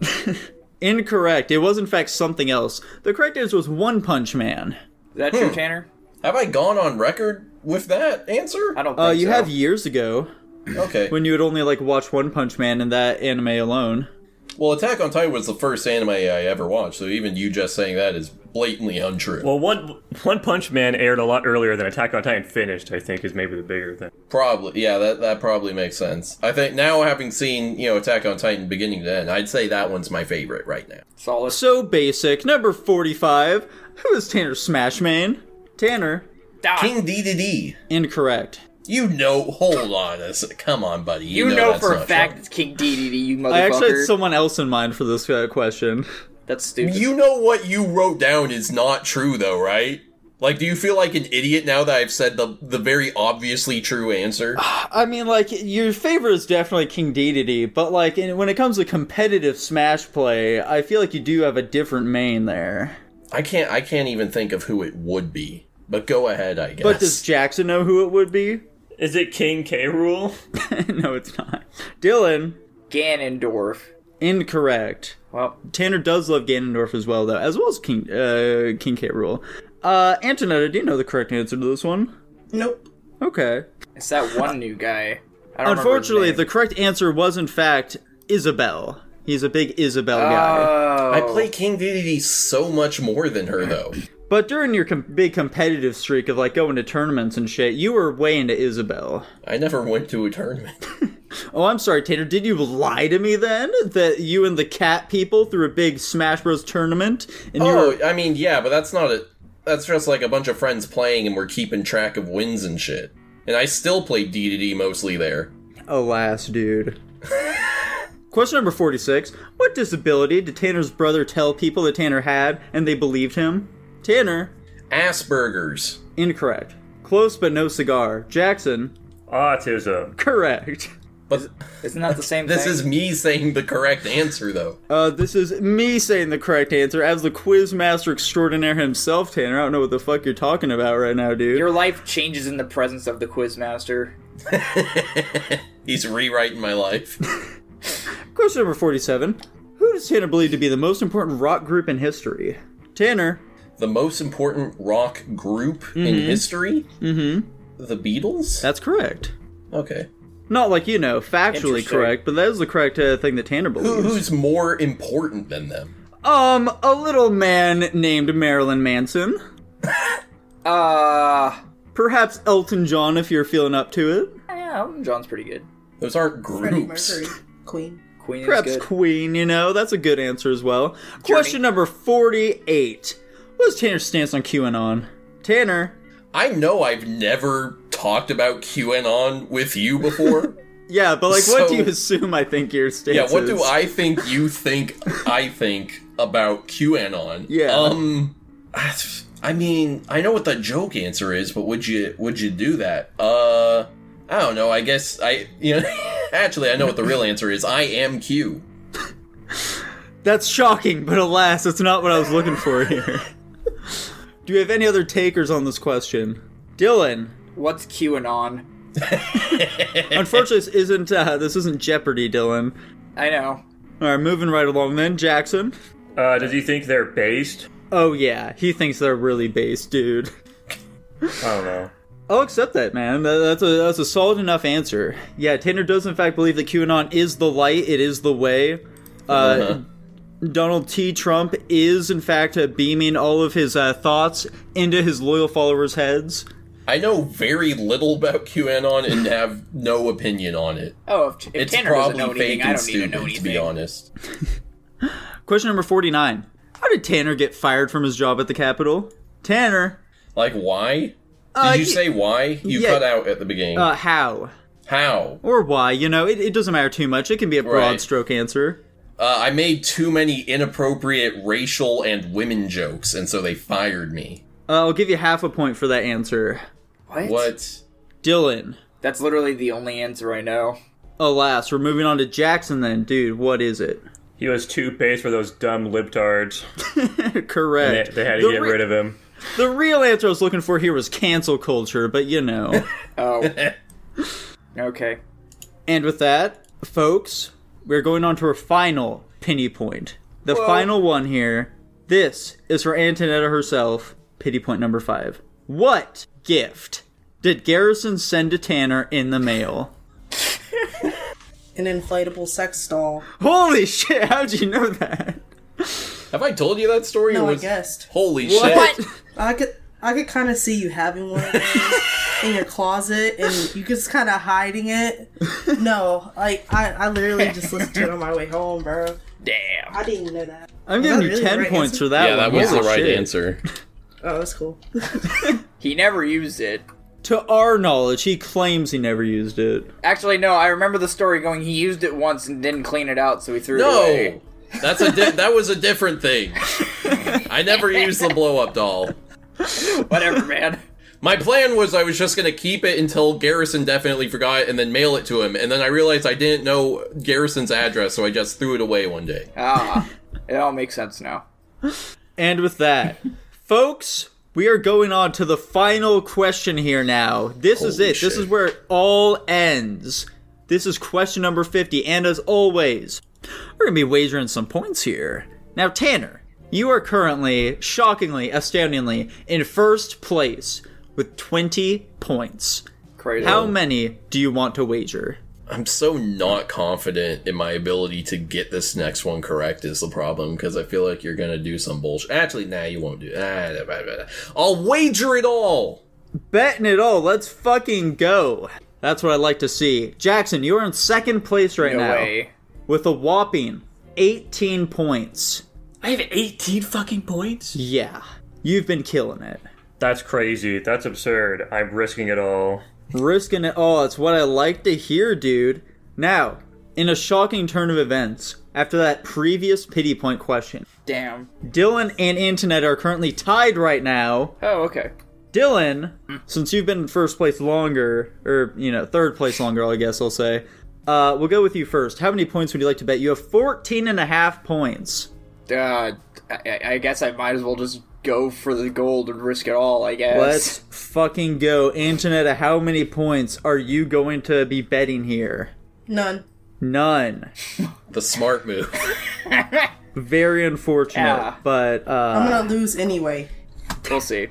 Incorrect. It was in fact something else. The correct answer was One Punch Man. Is that true, Tanner? Have I gone on record with that answer? I don't think Uh, you so. have years ago Okay. when you would only like watch One Punch Man and that anime alone. well, Attack on Titan was the first anime I ever watched, so even you just saying that is blatantly untrue. well, one One Punch Man aired a lot earlier than Attack on Titan finished. I think is maybe the bigger thing. probably, yeah, that that probably makes sense. I think now having seen you know Attack on Titan beginning to end, I'd say that one's my favorite right now. Solid. So basic. Number 45. Who is Tanner Smash Man? Tanner. Ah, King DDD. Incorrect. You know, hold on a sec. Come on, buddy. you You, know, that's for a not fact true. it's King DDD, you motherfucker. I actually had someone else in mind for this uh, question. That's stupid. You know what you wrote down is not true, though, right? Like, do you feel like an idiot now that I've said the the very obviously true answer? I mean, like, your favorite is definitely King Dedede, but, like, in, when it comes to competitive Smash play, I feel like you do have a different main there. I can't. I can't even think of who it would be. But go ahead, I guess. But does Jackson know who it would be? Is it King K. Rule? no, it's not. Dylan, Ganondorf. incorrect. Well, Tanner does love Ganondorf as well, though, as well as King uh, King K. Rule. Uh, Antonetta, do you know the correct answer to this one? nope. Okay. it's that one new guy. I don't Unfortunately, the remember correct answer was in fact Isabel. He's a big Isabel his name. guy. Oh. I play King Dedede so much more than her, though. But during your com- big competitive streak of like going to tournaments and shit, you were way into Isabel. I never went to a tournament. Oh, I'm sorry, Tanner. Did you lie to me then that you and the cat people threw a big Smash Bros tournament and you were Oh, I mean, yeah, but that's not a. That's just like a bunch of friends playing, and we're keeping track of wins and shit. And I still played DDD mostly there. Alas, dude. Question number 46. What disability did Tanner's brother tell people that Tanner had and they believed him? Tanner, Asperger's. incorrect. Close but no cigar. Jackson, Ah, Autism. correct. But Isn't that the same this thing? is me saying the correct answer, though. Uh, this is me saying the correct answer as the quiz master extraordinaire himself, Tanner. I don't know what the fuck you're talking about right now, dude. Your life changes in the presence of the quizmaster. He's rewriting my life. Question number 47. Who does Tanner believe to be the most important rock group in history? Tanner, the most important rock group in history? Mm-hmm. The Beatles? that's correct. okay. Not like, you know, factually Interesting. correct, but that is the correct uh, thing that Tanner Who, believes. who's more important than them? Um, a little man named Marilyn Manson. Uh, Perhaps Elton John if you're feeling up to it. yeah, Elton John's pretty good. Those aren't Freddie groups. Mercury, Queen. Queen Perhaps is good. Queen, you know, that's a good answer as well. Question number 48. What's Tanner's stance on QAnon? Tanner, I know I've never talked about QAnon with you before. yeah, but like, what do So- you assume I think your stance yeah, what is? do I think you think I think about QAnon? Yeah. Um I I mean, I know what the joke answer is, but would you would you do that? Uh I don't know. I guess I you know actually I know what the real answer is. I am Q. That's shocking, but alas, that's not what I was looking for here. Do you have any other takers on this question? Dylan, What's QAnon? Eh, unfortunately, this isn't uh, this isn't Jeopardy, Dylan. I know. All right, moving right along. Then Jackson. Uh, does he think they're based? Oh yeah, he thinks they're really based, dude. I don't know. I'll accept that, man. That- That's a that's a solid enough answer. Yeah, Tanner does in fact believe that QAnon is the light, it is the way. Uh, Uh-huh. Donald T. Trump is in fact uh, beaming all of his uh, thoughts into his loyal followers' heads. I know very little about QAnon and have no opinion on it. Oh, if, if It's Tanner doesn't probably know fake anything, and I don't stupid, need to know anything. to be honest. Question number 49. How did Tanner get fired from his job at the Capitol? Tanner, Like why? Uh, Did y- you say why? You yeah. cut out at the beginning. uh, how? How? Or why? You know, it, it doesn't matter too much. It can be a broad Right. stroke answer. Uh, I made too many inappropriate racial and women jokes, and so they fired me. Uh, I'll give you half a point for that answer. What? What? Dylan. That's literally the only answer I know. Alas, we're moving on to Jackson then. Dude, what is it? He was too based for those dumb libtards. They, Correct. they had to The get re- rid of him. The real answer I was looking for here was cancel culture, but you know. Oh. okay. and with that, folks, we're going on to our final penny point. The final one here. This is for Antonetta herself, pity point number five. What gift did Garrison send to Tanner in the mail? An inflatable sex doll. Holy shit, how'd you know that? Have I told you that story? No, or I was... guessed. Holy shit! I could I could kind of see you having one of those in your closet, and you just kind of hiding it. No, like I, I literally just listened to it on my way home, bro. Damn. I didn't even know that. I'm giving that you really the 10 right points answer? for that Yeah, that one. was Holy the right shit. answer. Oh, that's cool. He never used it. To our knowledge, he claims he never used it. Actually, no. I remember the story going. He used it once and didn't clean it out, so he threw it No, away. that's a di- that was a different thing. I never used the blow up doll. Whatever, man. My plan was I was just gonna keep it until Garrison definitely forgot it and then mail it to him, and then I realized I didn't know Garrison's address, so I just threw it away one day. Ah, it all makes sense now. And with that, folks, we are going on to the final question here now. This is Holy it. This shit. is where it all ends. This is question number 50. And as always, we're going to be wagering some points here. Now, Tanner, you are currently, shockingly, astoundingly, in first place with 20 points. Crazy. How many do you want to wager? I'm so not confident in my ability to get this next one correct is the problem because I feel like you're gonna do some bullshit. Actually, nah, you won't do. Ah, blah, blah, blah. I'll wager it all. Betting it all. Let's fucking go. That's what I like to see. Jackson, you're in second place right No now. way. with a whopping 18 points. I have 18 fucking points? Yeah, you've been killing it. That's crazy. That's absurd. I'm risking it all. Risking it all. It's what I like to hear, dude. Now, In a shocking turn of events, after that previous pity point question, Damn. Dylan and Antoinette are currently tied right now. Oh, okay. Dylan, since you've been in first place longer, or, you know, third place longer, I guess I'll say, uh, we'll go with you first. How many points would you like to bet? You have 14 and a half points. Uh, I, I guess I might as well just go for the gold and risk it all. I guess. Let's fucking go. Antonetta, how many points are you going to be betting here? None. None. The smart move. Very unfortunate, Yeah. but uh, I'm gonna lose anyway. We'll see.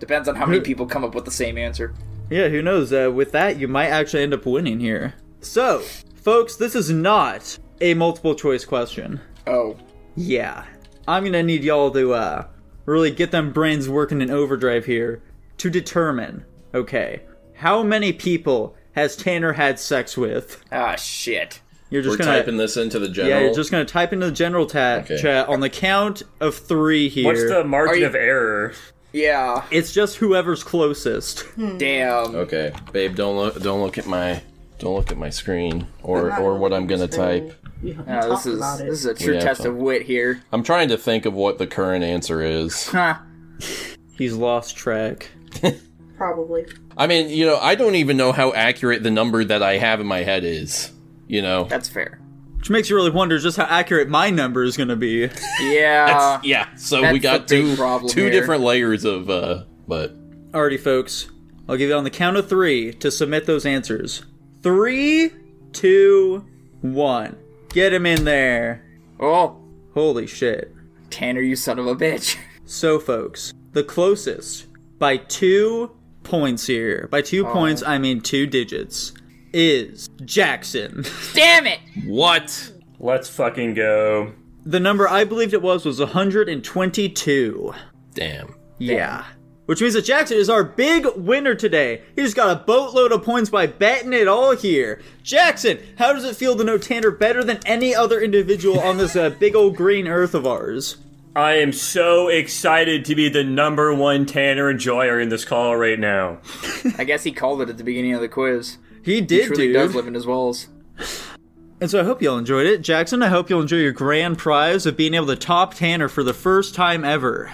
Depends on how many people come up with the same answer. yeah, who knows? Uh, with that, you might actually end up winning here. So, folks, this is not a multiple choice question. Oh, Yeah. I'm gonna need y'all to uh, really get them brains working in overdrive here to determine okay, how many people has Tanner had sex with? ah, shit. You're just We're gonna. typing this into the general. Yeah, you're just gonna type into the general ta- Okay. chat on the count of three here. What's the margin Are you- of error? Yeah. It's just whoever's closest. Damn. Okay, babe, don't look. Don't look at my. Don't look at my screen or or what I'm gonna type. We haven't Ah, talked this is about it. this is a true Yeah, Oh. test so- of wit here. I'm trying to think of what the current answer is. Huh. He's lost track. Probably. I mean, you know, I don't even know how accurate the number that I have in my head is. You know. That's fair. Which makes you really wonder just how accurate my number is gonna be. Yeah. yeah. So that's we the got big two problem two here. different layers of uh but Alrighty, folks. I'll give you on the count of three to submit those answers. Three, two, one. Get him in there. Oh, Holy shit. Tanner, you son of a bitch. So, folks, the closest by two points here, by two points, I mean two digits, is Jackson. Damn it. what? Let's fucking go. The number I believed it was was 122. Damn. Yeah. Which means that Jackson is our big winner today. He just got a boatload of points by betting it all here. Jackson, how does it feel to know Tanner better than any other individual on this uh, big old green earth of ours? I am so excited to be the number one Tanner enjoyer in this call right now. I guess he called it at the beginning of the quiz. He did, Truly dude. does live in his walls. And so I hope y'all enjoyed it. Jackson, I hope you'll enjoy your grand prize of being able to top Tanner for the first time ever.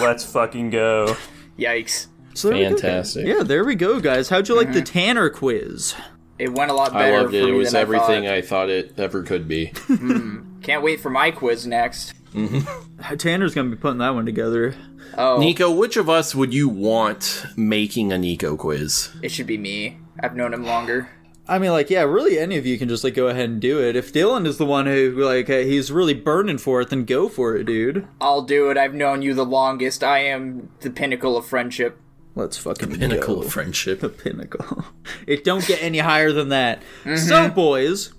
Let's fucking go. Yikes. So there we go, guys. Fantastic. yeah, there we go, guys. How'd you like the Tanner quiz? It went a lot I better. loved it. for It me was than everything I I thought it ever could be. thought. Can't wait for my quiz next. Tanner's gonna be putting that one together. Oh, Nico, which of us would you want making a Nico quiz? it should be me. I've known him longer. I mean, like, yeah, really, any of you can just like go ahead and do it. If Dylan is the one who like uh, he's really burning for it, then go for it, dude. I'll do it. I've known you the longest. I am the pinnacle of friendship. Let's fucking Pinnacle go. of friendship. The pinnacle. it don't get any higher than that. So, boys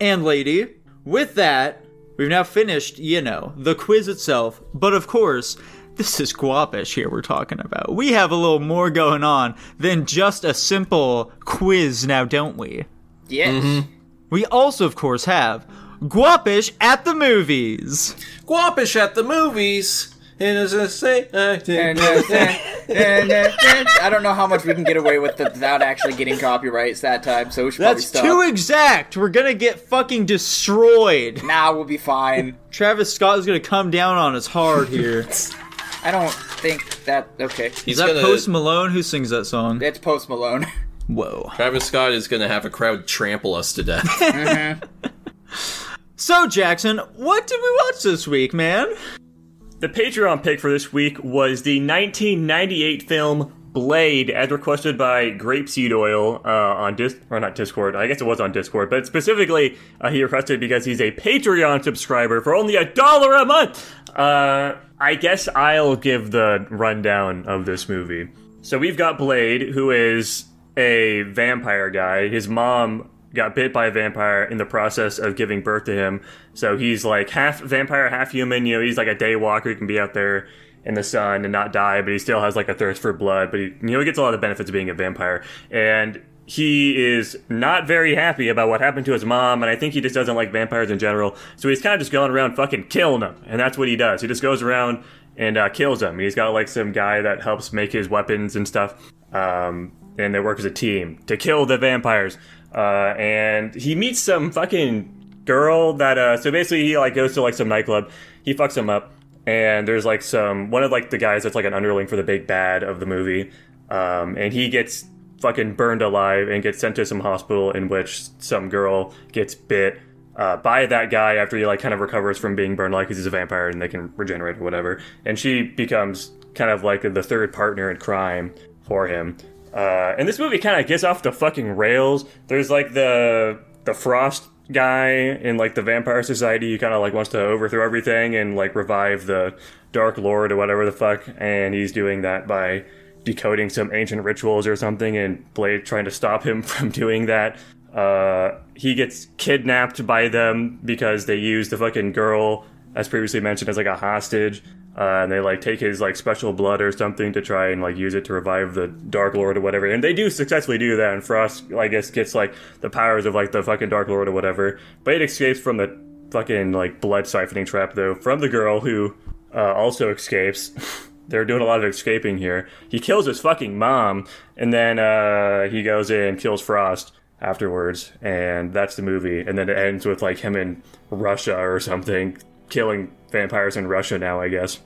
and lady, with that, we've now finished. You know the quiz itself, but of course. This is Guapish here we're talking about. We have a little more going on than just a simple quiz now, don't we? Yes. Mm-hmm. We also, of course, have Guapish at the movies. Guapish at the movies. And as I say, I And, did. uh, and, uh, I don't know how much we can get away with th- without actually getting copyrights that time, so we should That's too probably stop. exact. We're gonna get fucking destroyed. nah, we'll be fine. Travis Scott is gonna come down on us hard here. is I don't think that. Okay. He's that gonna, Post Malone who sings that song? That's Post Malone. Whoa. Travis Scott is going to have a crowd trample us to death. So Jackson, what did we watch this week, man? The Patreon pick for this week was the 1998 film Blade, as requested by Grapeseed Oil uh, on Dis or not Discord. I guess it was on Discord, but specifically uh, he requested because he's a Patreon subscriber for only a dollar a month. Uh, I guess I'll give the rundown of this movie. So we've got Blade, who is a vampire guy. His mom got bit by a vampire in the process of giving birth to him. So he's like half vampire, half human. You know, he's like a day walker. He can be out there in the sun and not die, but he still has like a thirst for blood. But he, you know, he gets a lot of benefits of being a vampire. And he is not very happy about what happened to his mom, and I think he just doesn't like vampires in general. So he's kind of just going around fucking killing them, and that's what he does. He just goes around and uh, kills them. He's got like some guy that helps make his weapons and stuff, um, and they work as a team to kill the vampires. uh, and he meets some fucking girl that. Uh, so basically, he like goes to like some nightclub. He fucks him up, and there's like some one of like the guys that's like an underling for the big bad of the movie, um, and he gets fucking burned alive and gets sent to some hospital in which some girl gets bit uh, by that guy after he like kind of recovers from being burned alive because he's a vampire and they can regenerate or whatever. And she becomes kind of like the third partner in crime for him. Uh, and this movie kind of gets off the fucking rails. There's like the the frost guy in like the vampire society who kind of like wants to overthrow everything and like revive the dark lord or whatever the fuck, and he's doing that by decoding some ancient rituals or something, and Blade trying to stop him from doing that. Uh, he gets kidnapped by them because they use the fucking girl, as previously mentioned, as like a hostage. Uh, and they like take his like special blood or something to try and like use it to revive the Dark Lord or whatever. And they do successfully do that. And Frost, I guess, gets like the powers of like the fucking Dark Lord or whatever. Blade escapes from the fucking like blood siphoning trap though from the girl who uh, also escapes. They're doing a lot of escaping here. He kills his fucking mom, and then uh, he goes in and kills Frost afterwards, and that's the movie. And then it ends with like him in Russia or something, killing vampires in Russia now, I guess.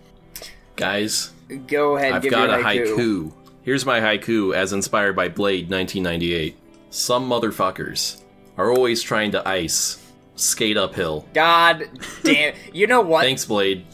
Guys, Go ahead. I've give got your a haiku. Here's my haiku as inspired by Blade 1998. Some motherfuckers are always trying to ice, skate uphill. God damn. You know what? Thanks, Blade.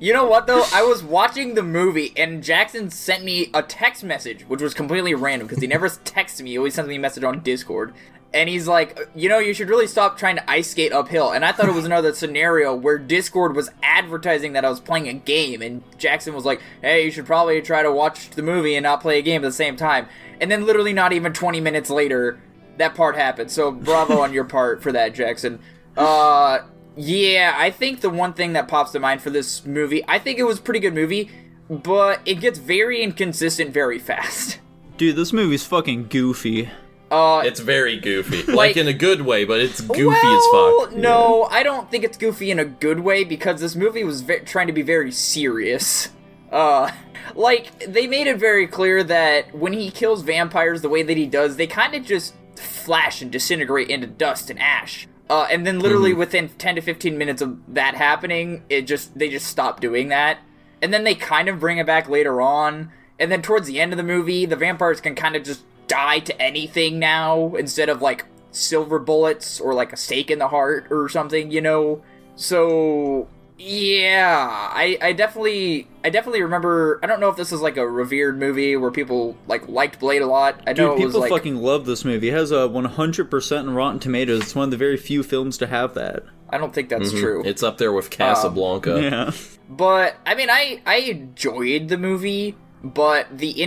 You know what though? I was watching the movie and Jackson sent me a text message, which was completely random because he never texts me. He always sends me a message on Discord. And he's like, you know, you should really stop trying to ice skate uphill. And I thought it was another scenario where Discord was advertising that I was playing a game, and Jackson was like, hey, you should probably try to watch the movie and not play a game at the same time. And then, literally, not even 20 minutes later, that part happened. So, bravo on your part for that, Jackson. Uh, yeah, I think the one thing that pops to mind for this movie, I think it was a pretty good movie, but it gets very inconsistent very fast. Dude, this movie's fucking goofy. Uh, It's very goofy. Like, Like- in a good way, but it's goofy well, as fuck. No, I don't think it's goofy in a good way because this movie was ve- trying to be very serious. Uh, like they made it very clear that when he kills vampires the way that he does, they kind of just flash and disintegrate into dust and ash. Uh, and then literally within 10 to 15 minutes of that happening, it just they just stop doing that. And then they kind of bring it back later on. And then towards the end of the movie, the vampires can kind of just die to anything now instead of like silver bullets or like a stake in the heart or something, you know. So yeah, I, I definitely I definitely remember. I don't know if this is like a revered movie where people like liked Blade a lot. I Dude, know it was people like fucking love this movie. It has a 100% in Rotten Tomatoes. It's one of the very few films to have that. I don't think Mm-hmm. that's true. It's up there with Uh. Casablanca. Um, Yeah. but I mean, I I enjoyed the movie, but the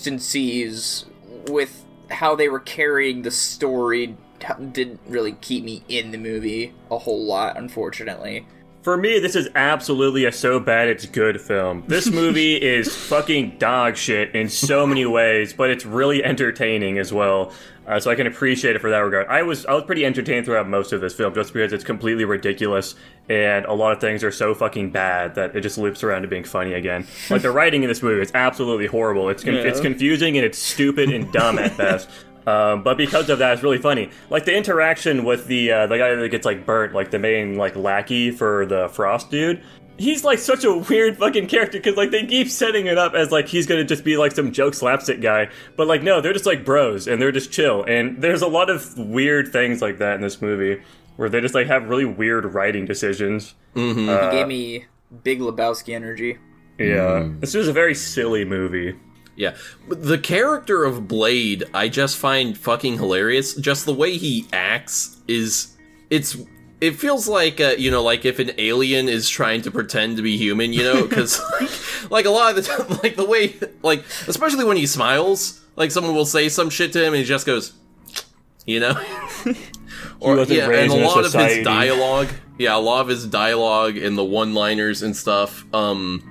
inconsistencies with how they were carrying the story t- didn't really keep me in the movie a whole lot, unfortunately. For me, this is absolutely a so bad it's good film. This movie is fucking dog shit in so many ways, but it's really entertaining as well. Uh, so I can appreciate it for that regard. I was I was pretty entertained throughout most of this film, just because it's completely ridiculous and a lot of things are so fucking bad that it just loops around to being funny again. Like the writing in this movie, it's absolutely horrible. It's con- it's Yeah. confusing and it's stupid and dumb at best. Um, but because of that, it's really funny. Like the interaction with the uh, the guy that gets like burnt, like the main like lackey for the frost dude. He's like such a weird fucking character because like they keep setting it up as like he's gonna just be like some joke slapstick guy, but like no, they're just like bros and they're just chill. And there's a lot of weird things like that in this movie where they just like have really weird writing decisions. It gave me Big Lebowski energy. Yeah, this was a very silly movie. Yeah. But The character of Blade, I just find fucking hilarious. Just the way he acts is it's it feels like uh, you know like if an alien is trying to pretend to be human, you know, cuz like, like a lot of the time like the way like especially when he smiles, like someone will say some shit to him and he just goes you know. or wasn't yeah, and raised a in a lot of society. his dialogue, yeah, a lot of his dialogue and the one-liners and stuff um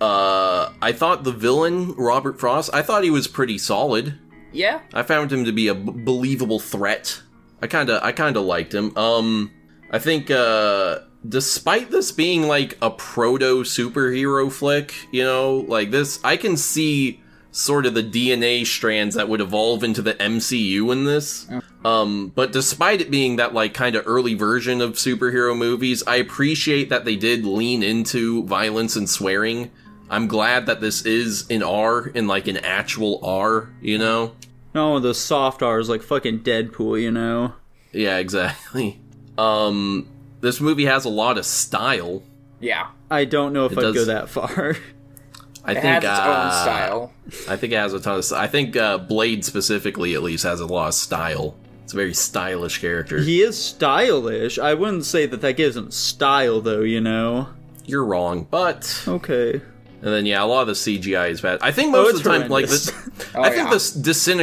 uh, I thought the villain Robert Frost. I thought he was pretty solid. Yeah, I found him to be a b- believable threat. I kind of, I kind of liked him. Um, I think, uh, despite this being like a proto superhero flick, you know, like this, I can see sort of the DNA strands that would evolve into the MCU in this. Um, but despite it being that like kind of early version of superhero movies, I appreciate that they did lean into violence and swearing. I'm glad that this is in R in like an actual R, you know? No, the soft R is like fucking Deadpool, you know? Yeah, exactly. Um this movie has a lot of style. Yeah, I don't know if It I'd does- go that far. I it think has its uh, own style. I think it has a ton of. st- I think uh, Blade specifically, at least, has a lot of style. It's a very stylish character. he is stylish. I wouldn't say that that gives him style, though, you know? You're wrong, but Okay. and then yeah, a lot of the CGI is bad. I think Oh, most it's of the time, like horrendous. this, I think yeah. this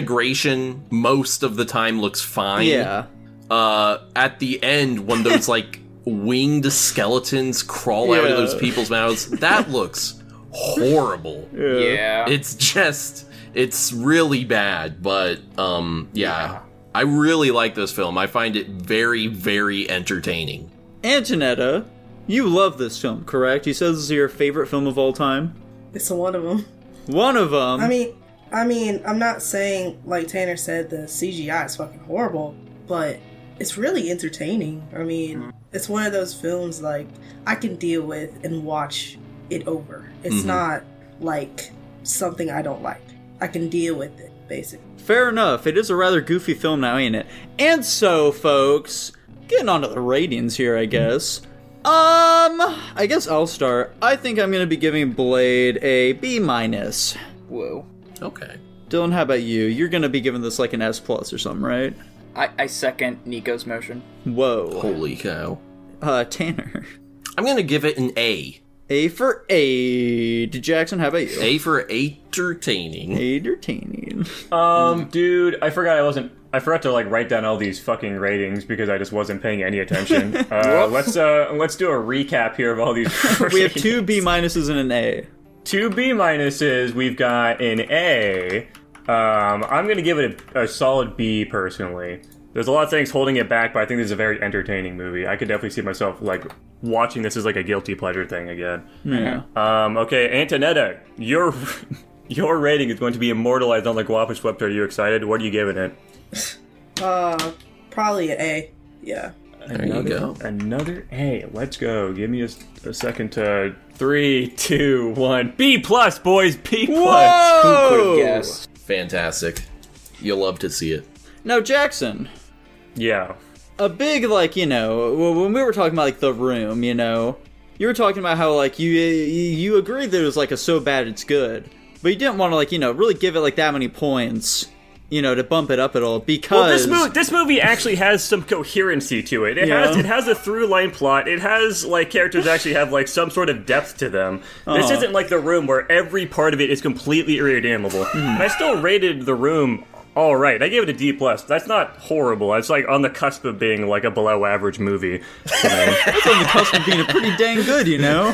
disintegration most of the time looks fine. Yeah. Uh, at the end, when those like winged skeletons crawl out Yeah. of those people's mouths, that looks horrible. Yeah. Yeah, it's just it's really bad but um yeah. i really like this film i find it very very entertaining Antonetta, you love this film, correct? You said this is your favorite film of all time? It's one of them. One of them. I mean, I mean, I'm not saying like Tanner said the CGI is fucking horrible, but it's really entertaining. I mean, it's one of those films like I can deal with and watch it over. It's Mhm. not like something I don't like. I can deal with it basically. Fair enough. It is a rather goofy film now, ain't it? And so, folks, getting onto the ratings here, I guess. Um, I guess I'll start. I think I'm gonna be giving Blade a B minus. whoa. okay Dylan, how about you? You're gonna be giving this like an S plus or something, right? I, I second Nico's motion. Whoa. holy cow Uh, Tanner. i'm gonna give it an a A for aid. Jackson, how about you? a for entertaining Entertaining. Mm. Um, dude, I forgot I wasn't. I forgot to like write down all these fucking ratings because I just wasn't paying any attention. Uh, let's uh, let's do a recap here of all these. We have ratings. two B minuses and an A. two B minuses. We've got an A. Um, I'm gonna give it a, a solid B personally. There's a lot of things holding it back, but I think this is a very entertaining movie. I could definitely see myself like watching this as like a guilty pleasure thing again. Yeah. Um, okay, Antonetta, your your rating is going to be immortalized on the Guapish website. Are you excited? What are you giving it? Uh, probably an A. Yeah. there you go Another A. Let's go. Give me a, s- a second to three, two, one. B plus, boys. B plus. Whoa! Yes. fantastic you'll love to see it Now, Jackson. Yeah. a big like you know w- when we were talking about like the room you know you were talking about how like you you agreed that it was like a so bad it's good but you didn't want to like you know really give it like that many points you know to bump it up at all because Well, this movie this movie actually has some coherency to it. It Yeah. has it has a through line plot. It has like characters actually have like some sort of depth to them. This Uh-huh. isn't like the room where every part of it is completely irredeemable. Hmm. And I still rated the room all right. I gave it a D plus. That's not horrible. It's like on the cusp of being like a below average movie. you know? it's on the cusp of being a pretty dang good you know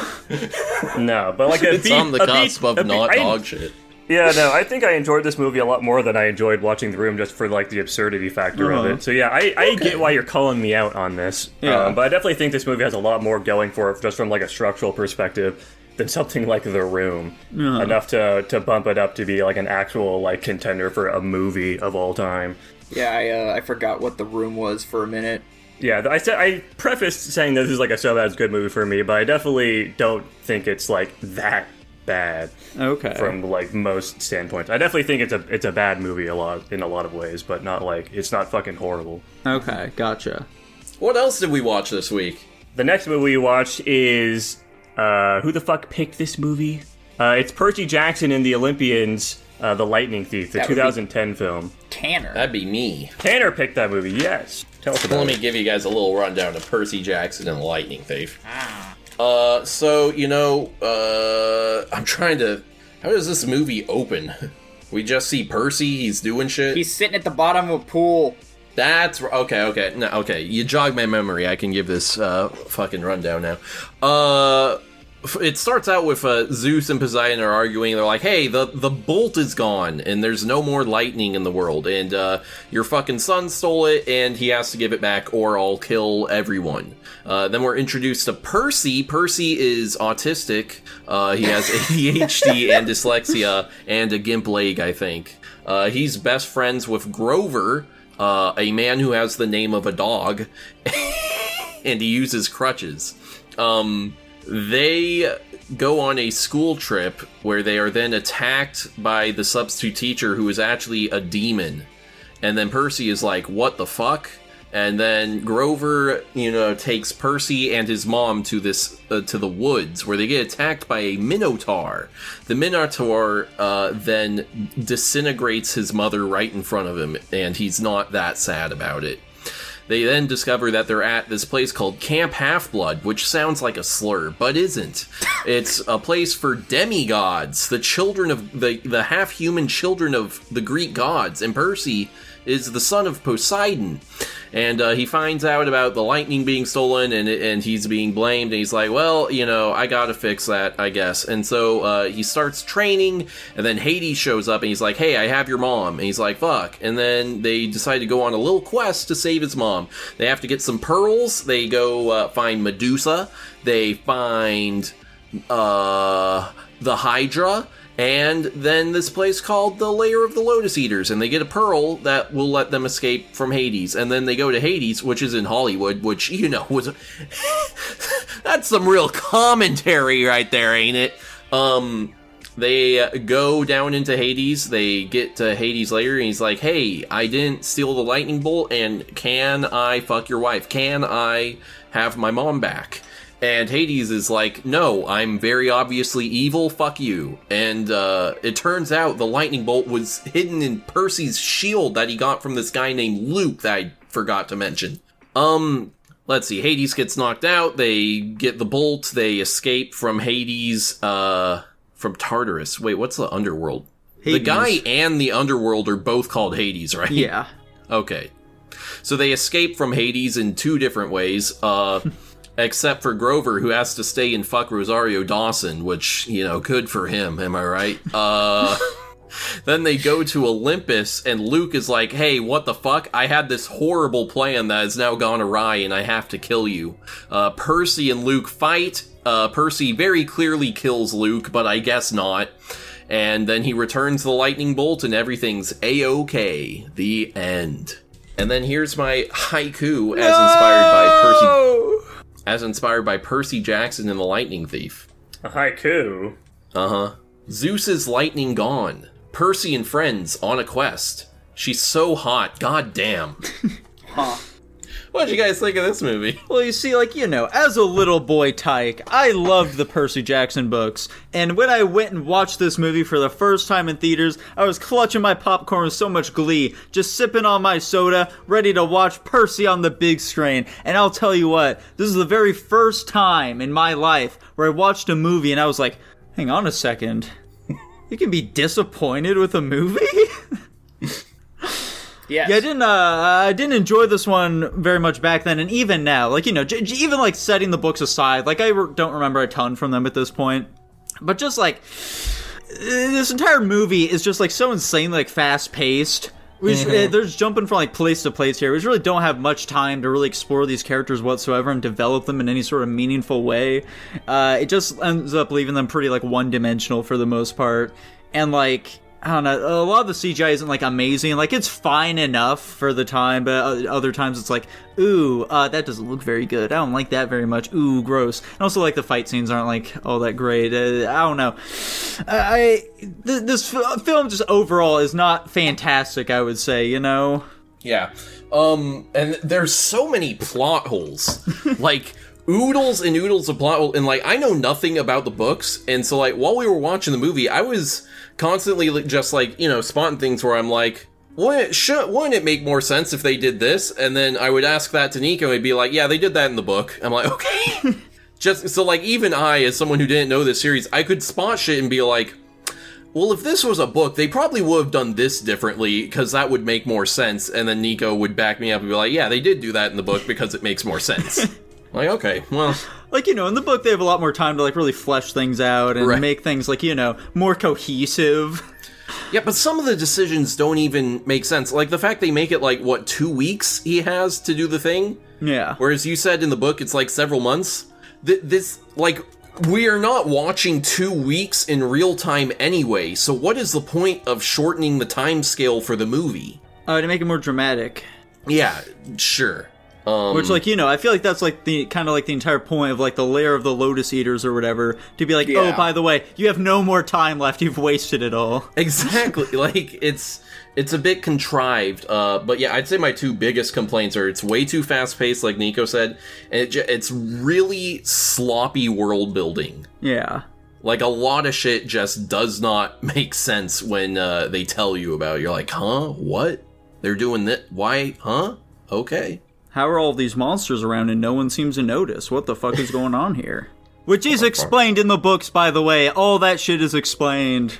no, but like a it's B- on the a B- cusp of a B- not I- dog shit Yeah, no, I think I enjoyed this movie a lot more than I enjoyed watching The Room just for like the absurdity factor of Uh-huh. it. So yeah, I, I get why you're calling me out on this. Yeah. Um, but I definitely think this movie has a lot more going for it just from like a structural perspective than something like The Room. Enough to to bump it up to be like an actual like contender for a movie of all time. Yeah, I, uh, I forgot what the room was for a minute. Yeah, th- I said I prefaced saying this is like a so bad's good movie for me, but I definitely don't think it's like that bad. okay from like most standpoints. I definitely think it's a it's a bad movie a lot in a lot of ways, but not like it's not fucking horrible. okay gotcha what else did we watch this week The next movie we watched is uh, who the fuck picked this movie? Uh, it's Percy Jackson and the Olympians, uh, The Lightning Thief, the That would be- 2010 film. Tanner. that'd be me Tanner picked that movie. Yes, tell us Well, about let me it. give you guys a little rundown of Percy Jackson and the Lightning Thief. Uh, so you know, uh, I'm trying to. How does this movie open? We just see Percy. He's doing shit. He's sitting at the bottom of a pool. That's r- okay. Okay. No. Okay. You jog my memory. I can give this uh, fucking rundown now. Uh, f- it starts out with uh, Zeus and Poseidon are arguing. They're like, "Hey, the the bolt is gone, and there's no more lightning in the world, and uh, your fucking son stole it, and he has to give it back, or I'll kill everyone." Uh, then we're introduced to Percy. Percy is autistic. Uh, he has ADHD and dyslexia and a gimp leg, I think. Uh, he's best friends with Grover, uh, a man who has the name of a dog, and he uses crutches. Um, they go on a school trip where they are then attacked by the substitute teacher who is actually a demon. And then Percy is like, what the fuck? And then Grover, you know, takes Percy and his mom to this uh, to the woods where they get attacked by a minotaur. The minotaur uh, then disintegrates his mother right in front of him, and he's not that sad about it. They then discover that they're at this place called Camp Half Blood, which sounds like a slur, but isn't. It's a place for demigods, the children of the, the half human children of the Greek gods, and Percy is the son of Poseidon. And uh, he finds out about the lightning being stolen and, and he's being blamed, and he's like, well, you know, I gotta fix that, I guess. And so uh, he starts training, and then Hades shows up and he's like, hey, I have your mom. And he's like, fuck. And then they decide to go on a little quest to save his mom. They have to get some pearls, they go uh, find Medusa, they find uh, the Hydra, and then this place called the Layer of the Lotus Eaters, and they get a pearl that will let them escape from Hades. And then they go to Hades, which is in Hollywood, which you know was that's some real commentary right there, ain't it? Um, they uh, go down into Hades. They get to Hades later, and he's like, "Hey, I didn't steal the lightning bolt, and can I fuck your wife? Can I have my mom back?" And Hades is like, "No, I'm very obviously evil. Fuck you." And uh, it turns out the lightning bolt was hidden in Percy's shield that he got from this guy named Luke that I forgot to mention. Um, let's see. Hades gets knocked out. They get the bolt. They escape from Hades. Uh from Tartarus. Wait, what's the underworld? The Hades. guy and the underworld are both called Hades, right? Yeah. Okay. So they escape from Hades in two different ways, uh, except for Grover, who has to stay and fuck Rosario Dawson, which, you know, good for him, am I right? Uh, then they go to Olympus, and Luke is like, hey, what the fuck? I had this horrible plan that has now gone awry, and I have to kill you. Uh, Percy and Luke fight. Uh, Percy very clearly kills Luke, but I guess not. And then he returns the lightning bolt, and everything's a okay. The end. And then here's my haiku, as inspired by Percy, Oh. as inspired by Percy Jackson and the Lightning Thief. A haiku. Uh huh. Zeus's lightning gone. Percy and friends on a quest. She's so hot. God damn. Huh. What did you guys think of this movie? Well, you see, like, you know, as a little boy tyke, I loved the Percy Jackson books. And when I went and watched this movie for the first time in theaters, I was clutching my popcorn with so much glee, just sipping on my soda, ready to watch Percy on the big screen. And I'll tell you what, this is the very first time in my life where I watched a movie and I was like, hang on a second. You can be disappointed with a movie? Yes. Yeah, I didn't. Uh, I didn't enjoy this one very much back then, and even now, like you know, j- j- even like setting the books aside, like I re- don't remember a ton from them at this point. But just like uh, this entire movie is just like so insanely like fast paced. We just, uh, they're just jumping from like place to place here. We just really don't have much time to really explore these characters whatsoever and develop them in any sort of meaningful way. Uh, it just ends up leaving them pretty like one dimensional for the most part, and like I don't know. A lot of the CGI isn't like amazing. Like it's fine enough for the time, but uh, other times it's like, ooh, uh, that doesn't look very good. I don't like that very much. Ooh, gross. And also like the fight scenes aren't like all that great. Uh, I don't know. I I- th- this f- film just overall is not fantastic. I would say, you know. Yeah. Um, and there's so many plot holes. like, oodles and oodles of plot holes. And, like, I know nothing about the books. And so, like, while we were watching the movie, I was constantly like, just, like, you know, spotting things where I'm like, wouldn't, should, wouldn't it make more sense if they did this? And then I would ask that to Nico, and he'd be like, yeah, they did that in the book. I'm like, okay. just so, like, even I, as someone who didn't know this series, I could spot shit and be like, well, if this was a book, they probably would have done this differently because that would make more sense. And then Nico would back me up and be like, yeah, they did do that in the book because it makes more sense. like, okay, well, like you know in the book they have a lot more time to like really flesh things out and Right. make things like you know more cohesive Yeah, but some of the decisions don't even make sense. Like the fact they make it like what two weeks he has to do the thing, yeah whereas you said in the book it's like several months. Th- this like we are not watching two weeks in real time anyway. So what is the point of shortening the time scale for the movie? uh, to make it more dramatic Yeah, sure. Um, which like you know i feel like that's like the kind of like the entire point of like the lair of the lotus eaters or whatever to be like oh Yeah. by the way you have no more time left you've wasted it all exactly like it's it's a bit contrived uh but yeah i'd say my two biggest complaints are it's way too fast paced like nico said and it, ju- it's really sloppy world building yeah like a lot of shit just does not make sense when uh they tell you about it. you're like huh what they're doing that why huh okay How are all these monsters around and no one seems to notice? What the fuck is going on here? Which is explained in the books, by the way. All that shit is explained.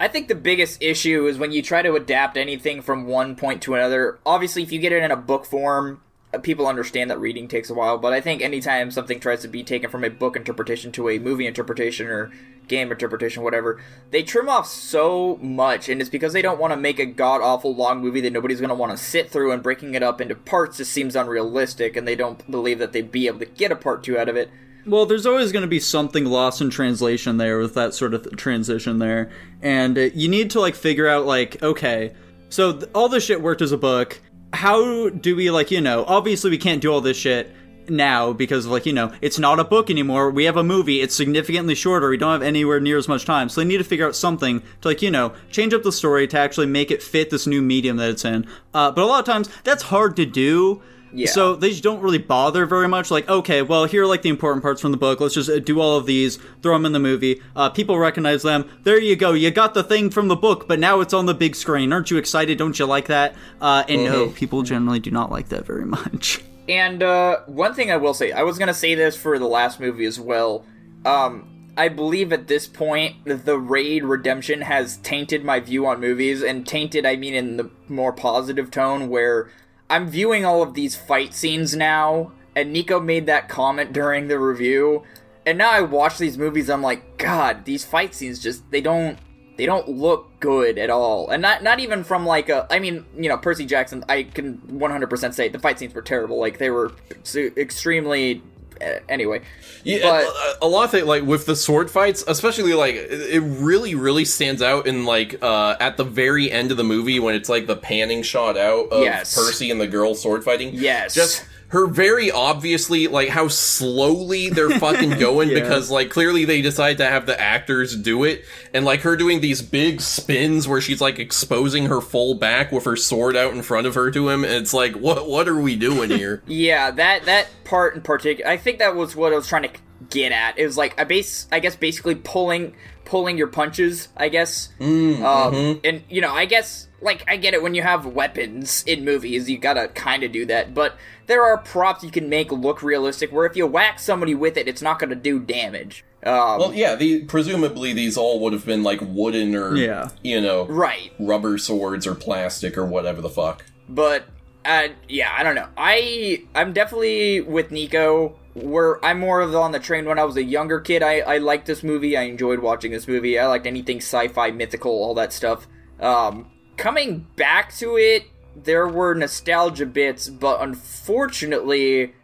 I think the biggest issue is when you try to adapt anything from one point to another. Obviously, if you get it in a book form, uh, people understand that reading takes a while, but I think anytime something tries to be taken from a book interpretation to a movie interpretation or game interpretation, whatever, they trim off so much, and it's because they don't want to make a god awful long movie that nobody's going to want to sit through, and breaking it up into parts just seems unrealistic, and they don't believe that they'd be able to get a part two out of it. Well, there's always going to be something lost in translation there with that sort of th- transition there. And uh, you need to, like, figure out, like, okay, so th- all this shit worked as a book. How do we, like, you know, obviously we can't do all this shit now because, like, you know, it's not a book anymore. We have a movie. It's significantly shorter. We don't have anywhere near as much time. So they need to figure out something to, like, you know, change up the story to actually make it fit this new medium that it's in. Uh, but a lot of times that's hard to do. Yeah. So they just don't really bother very much. Like, okay, well, here are like the important parts from the book. Let's just uh, do all of these, throw them in the movie. Uh, people recognize them. There you go. You got the thing from the book, but now it's on the big screen. Aren't you excited? Don't you like that? Uh, and no, people generally do not like that very much. And uh, one thing I will say, I was gonna say this for the last movie as well. Um, I believe at this point the raid redemption has tainted my view on movies, and tainted I mean in the more positive tone, where I'm viewing all of these fight scenes now. And Nico made that comment during the review, and now I watch these movies. I'm like, God, these fight scenes just they don't they don't look good at all and not not even from like a i mean you know percy jackson i can 100% say the fight scenes were terrible like they were su- extremely eh, anyway Yeah, But- a, a lot of things, like with the sword fights, especially like it it really, really stands out in like uh, at the very end of the movie when it's like the panning shot out of Yes. Percy and the girl sword fighting. Yes. just her very obviously like how slowly they're fucking going Yeah. because like clearly they decide to have the actors do it and like her doing these big spins where she's like exposing her full back with her sword out in front of her to him and it's like what what are we doing here yeah that that part in particular i think that was what i was trying to get at it was like i base i guess basically pulling pulling your punches i guess um, and you know i guess like i get it when you have weapons in movies you gotta kind of do that but there are props you can make look realistic where if you whack somebody with it it's not gonna do damage um, Well, yeah, the, presumably these all would have been like wooden or Yeah. you know, right rubber swords or plastic or whatever the fuck. but uh, yeah, I don't know. I I'm definitely with Nico. Where I'm more of on the train when I was a younger kid. I I liked this movie. I enjoyed watching this movie. I liked anything sci-fi, mythical, all that stuff. Um, coming back to it, there were nostalgia bits, but unfortunately,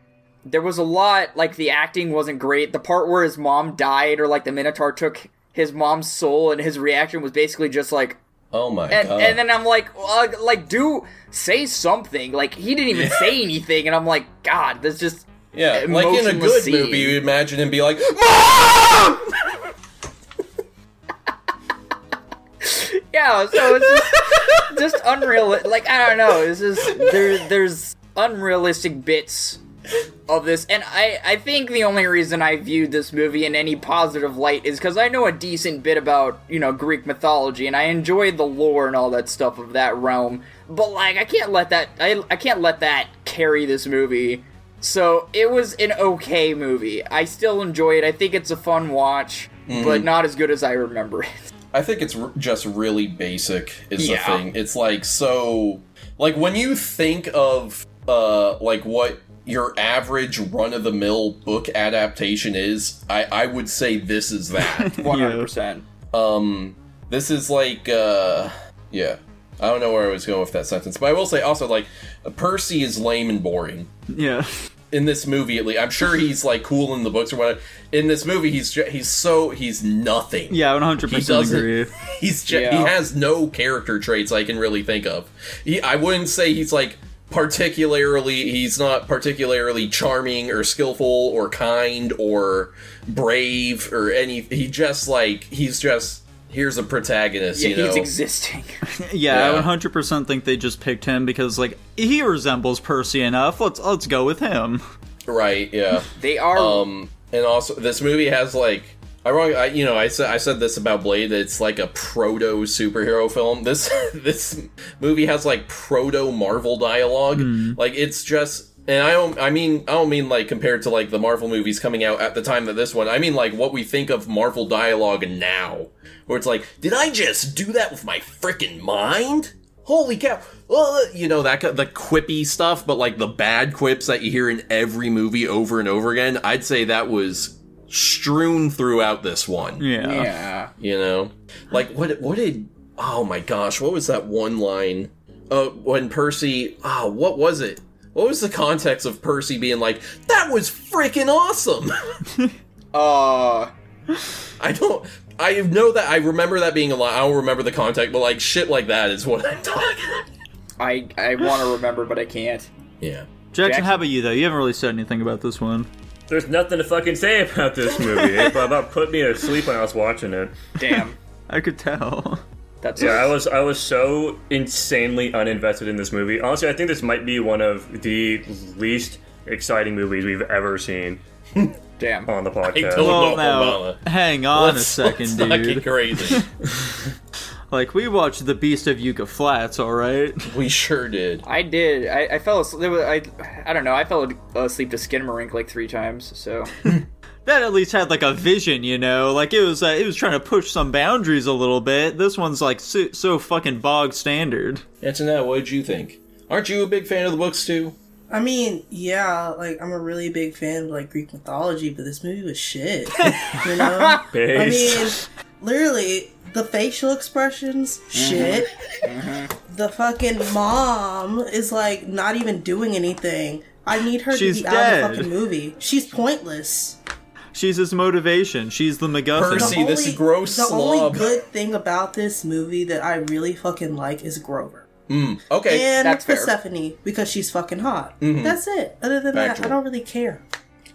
there was a lot like the acting wasn't great. The part where his mom died, or like the Minotaur took his mom's soul, and his reaction was basically just like, Oh my and, god! and then I'm like, uh, like, do say something. Like he didn't even say anything, and I'm like, God, this just yeah, like in a emotionless good scene. movie, you imagine him be like, yeah. So it's just, just unreal. Like I don't know. It's just there. There's unrealistic bits of this, and I I think the only reason I viewed this movie in any positive light is because I know a decent bit about you know Greek mythology, and I enjoy the lore and all that stuff of that realm. But like, I can't let that I I can't let that carry this movie. So it was an okay movie. I still enjoy it. I think it's a fun watch, but not as good as I remember it. I think it's r- just really basic is Yeah. the thing. It's like so like when you think of uh like what your average run of the mill book adaptation is, I, I would say this is that. One hundred percent. um, this is like, uh, yeah. I don't know where I was going with that sentence, but I will say also, like, Percy is lame and boring. Yeah. in this movie at least. I'm sure he's like cool in the books or whatever. In this movie, he's ju- he's so he's nothing. Yeah, I would 100% He doesn't- agree. he's ju- he Yeah. has no character traits I can really think of. He, I wouldn't say he's like particularly he's not particularly charming or skillful or kind or brave or any. He just like he's just here's a protagonist. Yeah, you know, he's existing. Yeah, I Yeah. would 100% think they just picked him because like he resembles Percy enough. Let's let's go with him. right? Yeah. They are. Um, and also this movie has like I wrong I, you know I said I said this about Blade that it's like a proto superhero film. This this movie has like proto Marvel dialogue. Like it's just and I don't I mean I don't mean like compared to like the Marvel movies coming out at the time that this one. I mean like what we think of Marvel dialogue now. Where it's like, did I just do that with my frickin' mind? Holy cow! Uh, you know that ki- the quippy stuff, but like the bad quips that you hear in every movie over and over again. I'd say that was strewn throughout this one. Yeah. yeah. You know, like what? What did? Oh my gosh! What was that one line? Uh, when Percy. Ah, what was it? What was the context of Percy being like, "That was freaking awesome"? Uh. I don't. I know that. I remember that being a line. I don't remember the context, but like shit like that is what I'm talking. about. I I want to remember, but I can't. Yeah. Jackson, Jackson- how about you though? You haven't really said anything about this one. There's nothing to fucking say about this movie. It about put me to sleep when I was watching it. Damn. I could tell. That's Yeah, I was I was so insanely uninvested in this movie. Honestly, I think this might be one of the least exciting movies we've ever seen damn. on the don't- podcast. Well, Well, now, no, hang on Let's- a 2nd let's not dude. get crazy. Like we watched The Beast of Yucca Flats, all right? we sure did. I did. I, I fell asleep. There was, I I don't know. I fell asleep to Skinamarink like three times. So That at least had like a vision, you know. Like it was, uh, it was trying to push some boundaries a little bit. This one's like so, so fucking bog standard. Antoinette, what did you think? Aren't you a big fan of the books too? I mean, yeah, like I'm a really big fan of like Greek mythology, but this movie was shit. You know? I mean, Based. literally the facial expressions, Mm-hmm. shit. The fucking mom is like not even doing anything. I need her She's to be out dead. of the fucking movie. She's pointless. She's his motivation. She's the MacGuffin. Percy- See, this gross the slob. only good thing about this movie that I really fucking like is Grover Okay. and that's fair. Persephone because she's fucking hot. That's it. Other than that, I Mm-hmm. Factual. don't really care.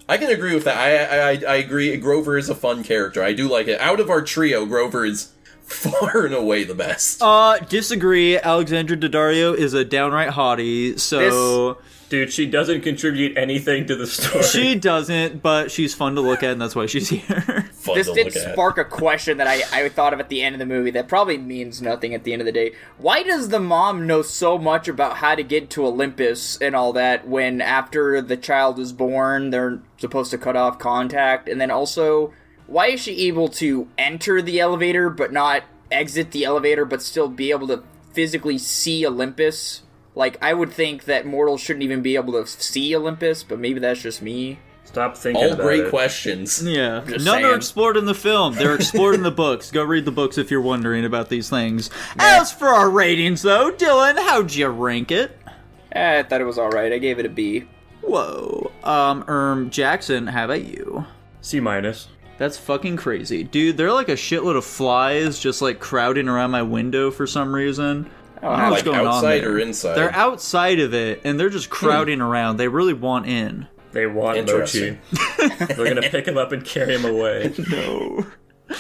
I can agree with that. I, I I- I agree. Grover is a fun character. I do like it. Out of our trio, Grover is far and away the best. Uh, disagree. Alexandra Daddario is a downright hottie, so Dude, she doesn't contribute anything to the story. she doesn't. But she's fun to look at, and that's why she's here. Fun this to did look at. spark a question that I I thought of at the end of the movie that probably means nothing at the end of the day. Why does the mom know so much about how to get to Olympus and all that when after the child is born they're supposed to cut off contact and then also why is she able to enter the elevator but not exit the elevator but still be able to physically see Olympus? Like I would think that mortals shouldn't even be able to see Olympus, but maybe that's just me. Stop thinking All about great it. questions. Yeah, none Just are saying. explored in the film. They're explored in the books. Go read the books if you're wondering about these things. As for our ratings, though, Dylan, how'd you rank it? Eh, I thought it was all right. I gave it a B. Whoa. Um, um, Jackson, how about you? C minus. That's fucking crazy. Dude, there are like a shitload of flies just like crowding around my window for some reason. I don't know what's Like going on outside there. or inside? They're outside of it and they're just crowding around. They really want in. They want Interesting. Mochi. They're gonna pick him up and carry him away. No. Uh,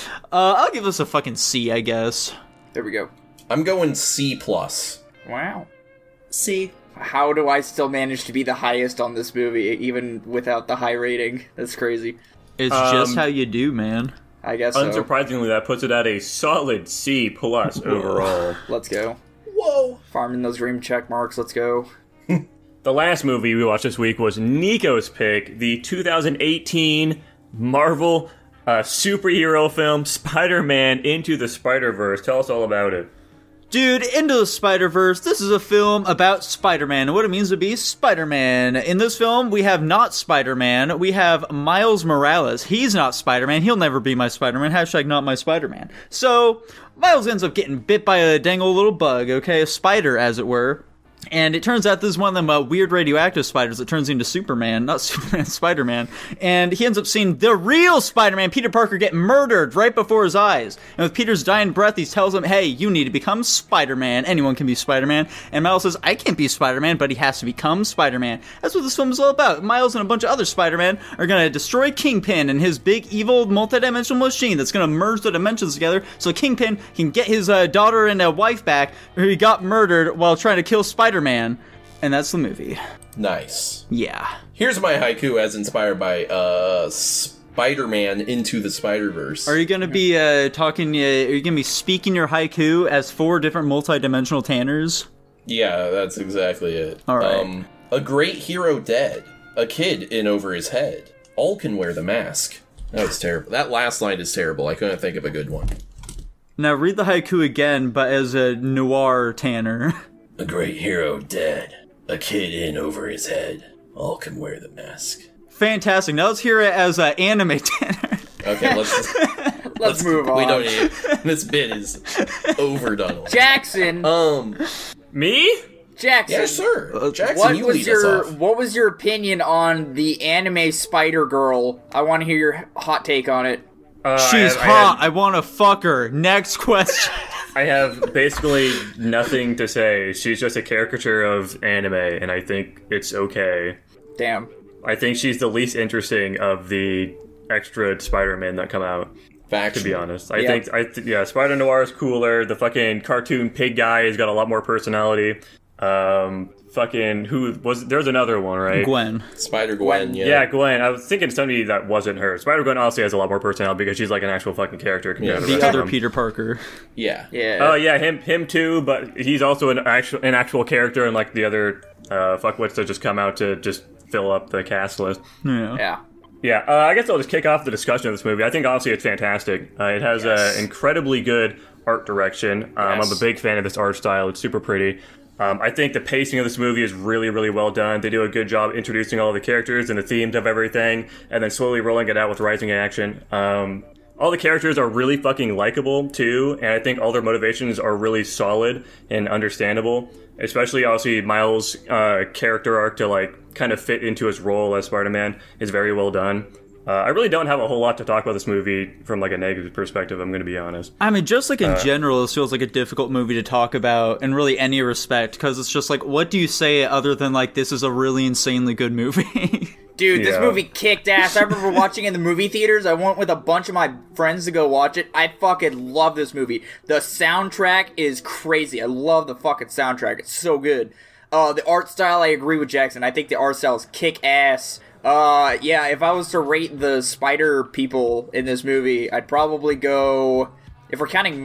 I'll give this a fucking C, I guess. There we go. I'm going C plus. Wow. See, How do I still manage to be the highest on this movie, even without the high rating? That's crazy. It's Um, just how you do, man. I guess so. Unsurprisingly, that puts it at a solid C plus overall. Let's go. Whoa. Farming those dream check marks. Let's go. The last movie we watched this week was Nico's pick, the 2018 Marvel uh, superhero film Spider-Man Into the Spider-Verse. Tell us all about it. Dude, Into the Spider Verse. This is a film about Spider Man and what it means to be Spider Man. In this film, we have not Spider Man. We have Miles Morales. He's not Spider Man. He'll never be my Spider Man. Hashtag not my Spider Man. So, Miles ends up getting bit by a dangle little bug, okay? A spider, as it were. And it turns out this is one of them uh, weird radioactive spiders that turns into Superman, not Superman, Spider Man. And he ends up seeing the real Spider Man, Peter Parker, get murdered right before his eyes. And with Peter's dying breath, he tells him, Hey, you need to become Spider Man. Anyone can be Spider Man. And Miles says, I can't be Spider Man, but he has to become Spider Man. That's what this film is all about. Miles and a bunch of other Spider Men are going to destroy Kingpin and his big evil multidimensional machine that's going to merge the dimensions together so Kingpin can get his uh, daughter and uh, wife back who he got murdered while trying to kill Spider Man. And that's the movie. Nice. Yeah. Here's my haiku as inspired by uh Spider-Man into the Spider-Verse. Are you going to be uh, talking, uh, are you going to be speaking your haiku as four different multidimensional Tanners? Yeah, that's exactly it. Um, All right. a great hero dead, a kid in over his head. All can wear the mask. That was terrible. That last line is terrible. I couldn't think of a good one. Now read the haiku again, but as a noir Tanner. A great hero dead, a kid in over his head. All can wear the mask. Fantastic. Now let's hear it as an anime Tanner. Okay, let's just, Let's, move on. we don't need this bit is overdone. with. Jackson, Um, Me? Jackson. uh, yeah, sure. Jackson, What you was lead your us off. What was your opinion on the anime Spider Girl? I want to hear your hot take on it. Uh, I She's have- I hot. have- I, want to fuck her. Next question. I have basically nothing to say. She's just a caricature of anime, and I think it's okay. Damn. I think she's the least interesting of the extra Spider-Man that come out. Faction. To be honest, I Yeah. think I th- yeah, Spider Noir is cooler. The fucking cartoon pig guy has got a lot more personality. Um, fucking who was there's another one right? Gwen. Spider Gwen. Yeah. Yeah, Gwen. I was thinking somebody that wasn't her. Spider Gwen obviously has a lot more personality because she's like an actual fucking character compared to the, The rest of other them. Peter Parker. yeah, Yeah. Oh yeah, him him too, but he's also an actual an actual character and like the other uh fuckwits that just come out to just fill up the cast list. Yeah. yeah. Yeah, uh, I guess I'll just kick off the discussion of this movie. I think obviously it's fantastic. Uh, it has Yes. an incredibly good art direction. Um, Yes. I'm a big fan of this art style. It's super pretty. Um, I think the pacing of this movie is really, really well done. They do a good job introducing all the characters and the themes of everything, and then slowly rolling it out with rising action. Um, all the characters are really fucking likable too, and I think all their motivations are really solid and understandable. Especially, obviously, Miles' uh, character arc to like kind of fit into his role as Spider-Man is very well done. Uh, I really don't have a whole lot to talk about this movie from like a negative perspective. I'm going to be honest. I mean, just like in general, this feels like a difficult movie to talk about in really any respect because it's just like, what do you say other than like this is a really insanely good movie? Dude, this Yeah. movie kicked ass. I remember watching it in the movie theaters. I went with a bunch of my friends to go watch it. I fucking love this movie. The soundtrack is crazy. I love the fucking soundtrack. It's so good. Uh, the art style, I agree with Jackson. I think the art style is kick ass. Uh, yeah, if I was to rate the spider people in this movie, I'd probably go. If we're counting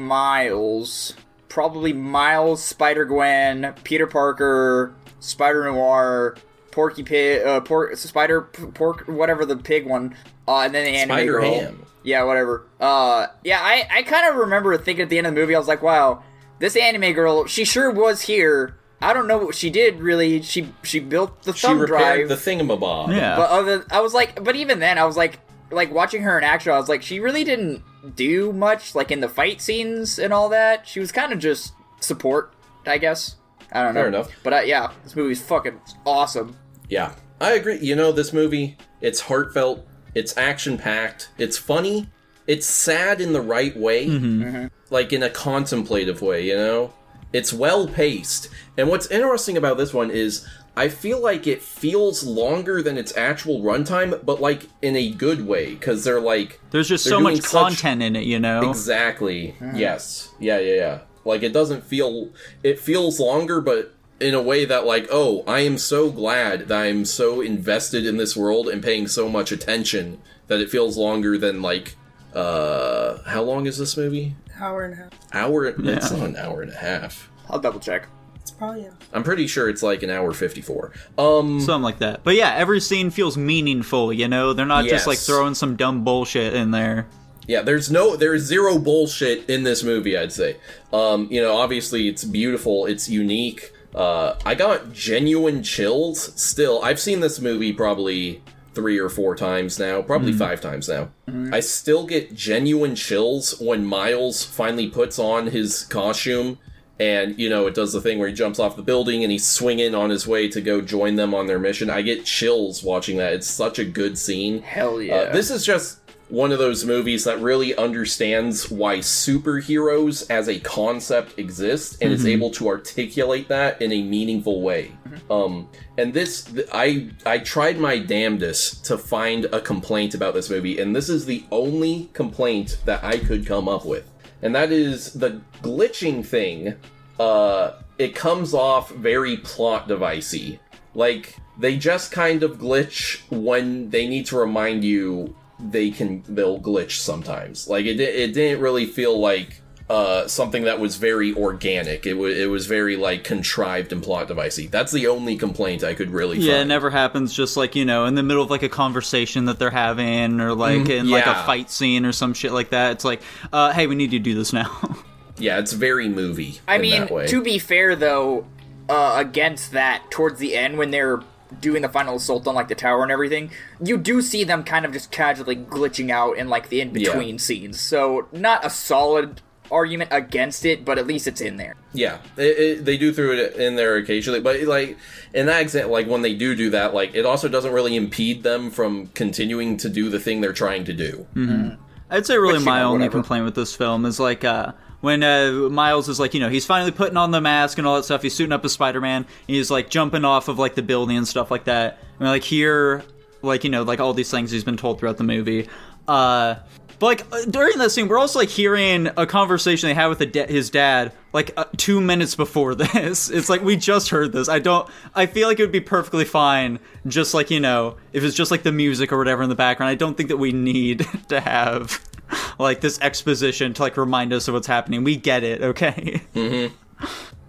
Miles, probably Miles, Spider Gwen, Peter Parker, Spider Noir, Porky Pig, uh, por- Spider P- Pork, whatever the pig one, uh, and then the anime Spider girl. Ham. Yeah, whatever. Uh, yeah, I I kind of remember thinking at the end of the movie, I was like, wow, this anime girl, she sure was here. I don't know what she did really. She she built the She thumb repaired drive. the thingamabob. yeah. But other, I was like, but even then, I was like, like watching her in action, I was like, she really didn't do much, like in the fight scenes and all that. She was kind of just support, I guess. I don't know. Fair enough. But uh, yeah, this movie's fucking awesome. Yeah, I agree. You know, this movie, it's heartfelt, it's action packed, it's funny, it's sad in the right way, like in a contemplative way, you know? It's well paced. And what's interesting about this one is I feel like it feels longer than its actual runtime, but like in a good way, because they're like, There's just they're so doing much such- content in it, you know? Exactly. Yes. Yeah, yeah, yeah. Like it doesn't feel it feels longer but in a way that like, oh, I am so glad that I'm so invested in this world and paying so much attention that it feels longer than like uh how long is this movie? Hour and a half. Hour it's not an hour and a half. I'll double check. It's probably a I'm pretty sure it's like an hour 54. Um Something like that. But yeah, every scene feels meaningful, you know? They're not just like Yes. throwing some dumb bullshit in there. Yeah, there's no there's zero bullshit in this movie, I'd say. Um, you know, obviously it's beautiful, it's unique. Uh, I got genuine chills still. I've seen this movie probably 3 or 4 times now, Mm. probably 5 times now. Mm-hmm. I still get genuine chills when Miles finally puts on his costume and you know, it does the thing where he jumps off the building and he's swinging on his way to go join them on their mission. I get chills watching that. It's such a good scene. Hell yeah. Uh, this is just one of those movies that really understands why superheroes as a concept exist and is able to articulate that in a meaningful way. Um, and this, th- I I tried my damnedest to find a complaint about this movie, and this is the only complaint that I could come up with, and that is the glitching thing. Uh, it comes off very plot devicey. Like they just kind of glitch when they need to remind you they can they'll glitch sometimes. Like it di- it didn't really feel like uh, something that was very organic. It was it was very like contrived and plot devicey. That's the only complaint I could really Yeah, it find. never happens. Just like you know, in the middle of like a conversation that they're having, or like in like a yeah. fight scene or some shit like that. It's like, uh, hey, we need to do this now. yeah, it's very movie. I in mean, that way. to be fair though, uh, against that, towards the end when they're doing the final assault on like the tower and everything, you do see them kind of just casually glitching out in like the in between scenes. So not a solid argument against it, but at least it's in there. Yeah, it, it, they do throw it in there occasionally, but like in that example, like when they do do that, like it also doesn't really impede them from continuing to do the thing they're trying to do. Mm-hmm. I'd say really you my know, only whatever. complaint with this film is like uh, when uh, Miles is like, you know, he's finally putting on the mask and all that stuff. He's suiting up as Spider Man. He's like jumping off of like the building and stuff like that. And like here, like you know, like all these things he's been told throughout the movie. Uh, but like uh, during that scene, we're also like hearing a conversation they had with the da- his dad like uh, two minutes before this. It's like we just heard this. I don't. I feel like it would be perfectly fine, just like you know, if it's just like the music or whatever in the background. I don't think that we need to have like this exposition to like remind us of what's happening. We get it, okay? Hmm.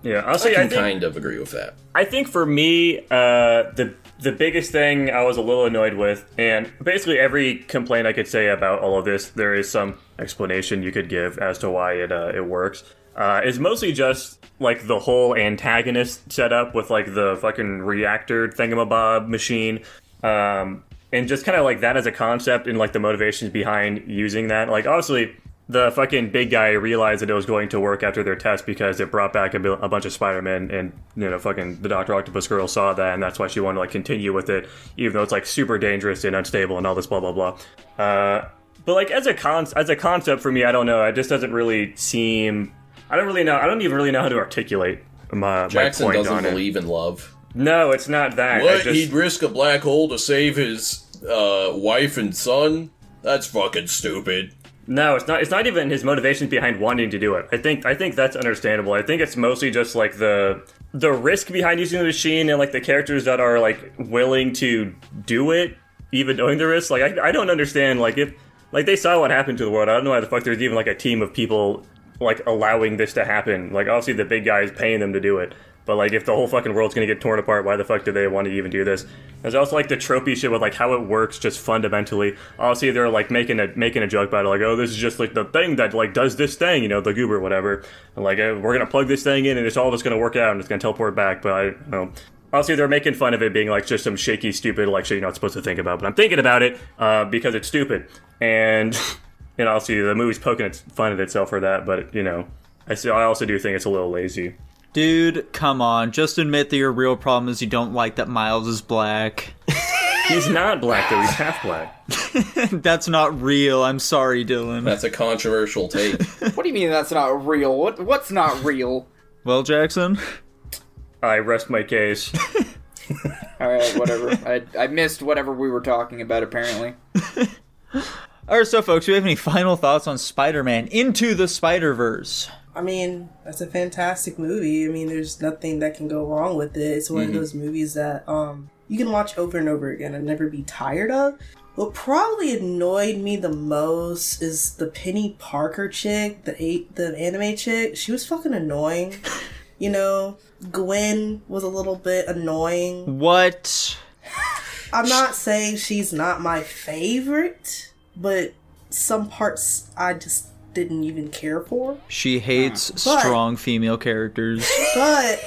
Yeah, I'll I say can I think, kind of agree with that. I think for me, uh, the the biggest thing I was a little annoyed with, and basically every complaint I could say about all of this, there is some explanation you could give as to why it uh, it works. Uh, is mostly just like the whole antagonist setup with like the fucking reactor thingamabob machine, um, and just kind of like that as a concept and like the motivations behind using that. Like obviously. The fucking big guy realized that it was going to work after their test because it brought back a, bil- a bunch of Spider-Man, and you know, fucking the Doctor Octopus girl saw that, and that's why she wanted to like continue with it, even though it's like super dangerous and unstable and all this blah blah blah. Uh, but like as a con as a concept for me, I don't know. It just doesn't really seem. I don't really know. I don't even really know how to articulate my, my Jackson point doesn't on it. believe in love. No, it's not that. I What? just- He'd risk a black hole to save his uh, wife and son? That's fucking stupid. No, it's not. It's not even his motivations behind wanting to do it. I think. I think that's understandable. I think it's mostly just like the the risk behind using the machine and like the characters that are like willing to do it, even knowing the risk. Like I, I don't understand. Like if like they saw what happened to the world, I don't know why the fuck there's even like a team of people like allowing this to happen. Like obviously the big guy is paying them to do it. But like if the whole fucking world's gonna get torn apart, why the fuck do they want to even do this? There's also like the tropey shit with like how it works just fundamentally. Obviously they're like making a making a joke about it, like, oh this is just like the thing that like does this thing, you know, the goober whatever. And, like eh, we're gonna plug this thing in and it's all just gonna work out and it's gonna teleport back, but I you know Obviously, they're making fun of it being like just some shaky, stupid, like shit you're not supposed to think about. But I'm thinking about it uh, because it's stupid. And you know, obviously the movie's poking its fun at itself for that, but you know, I see, I also do think it's a little lazy. Dude, come on. Just admit that your real problem is you don't like that Miles is black. He's not black though; he's half black. That's not real. I'm sorry, Uh. Dylan. That's a controversial take. What do you mean that's not real? What what's not real? Well, Jackson, I rest my case. All right, whatever. I I missed whatever we were talking about apparently. All right, so folks, do we have any final thoughts on Spider-Man Into the Spider-Verse? I mean, that's a fantastic movie. I mean, there's nothing that can go wrong with it. It's one of those movies that um you can watch over and over again and never be tired of. What probably annoyed me the most is the Penny Parker chick, the eight, the anime chick. She was fucking annoying. You know, Gwen was a little bit annoying. What? I'm not saying she's not my favorite, but some parts I just didn't even care for. She hates But- strong female characters. But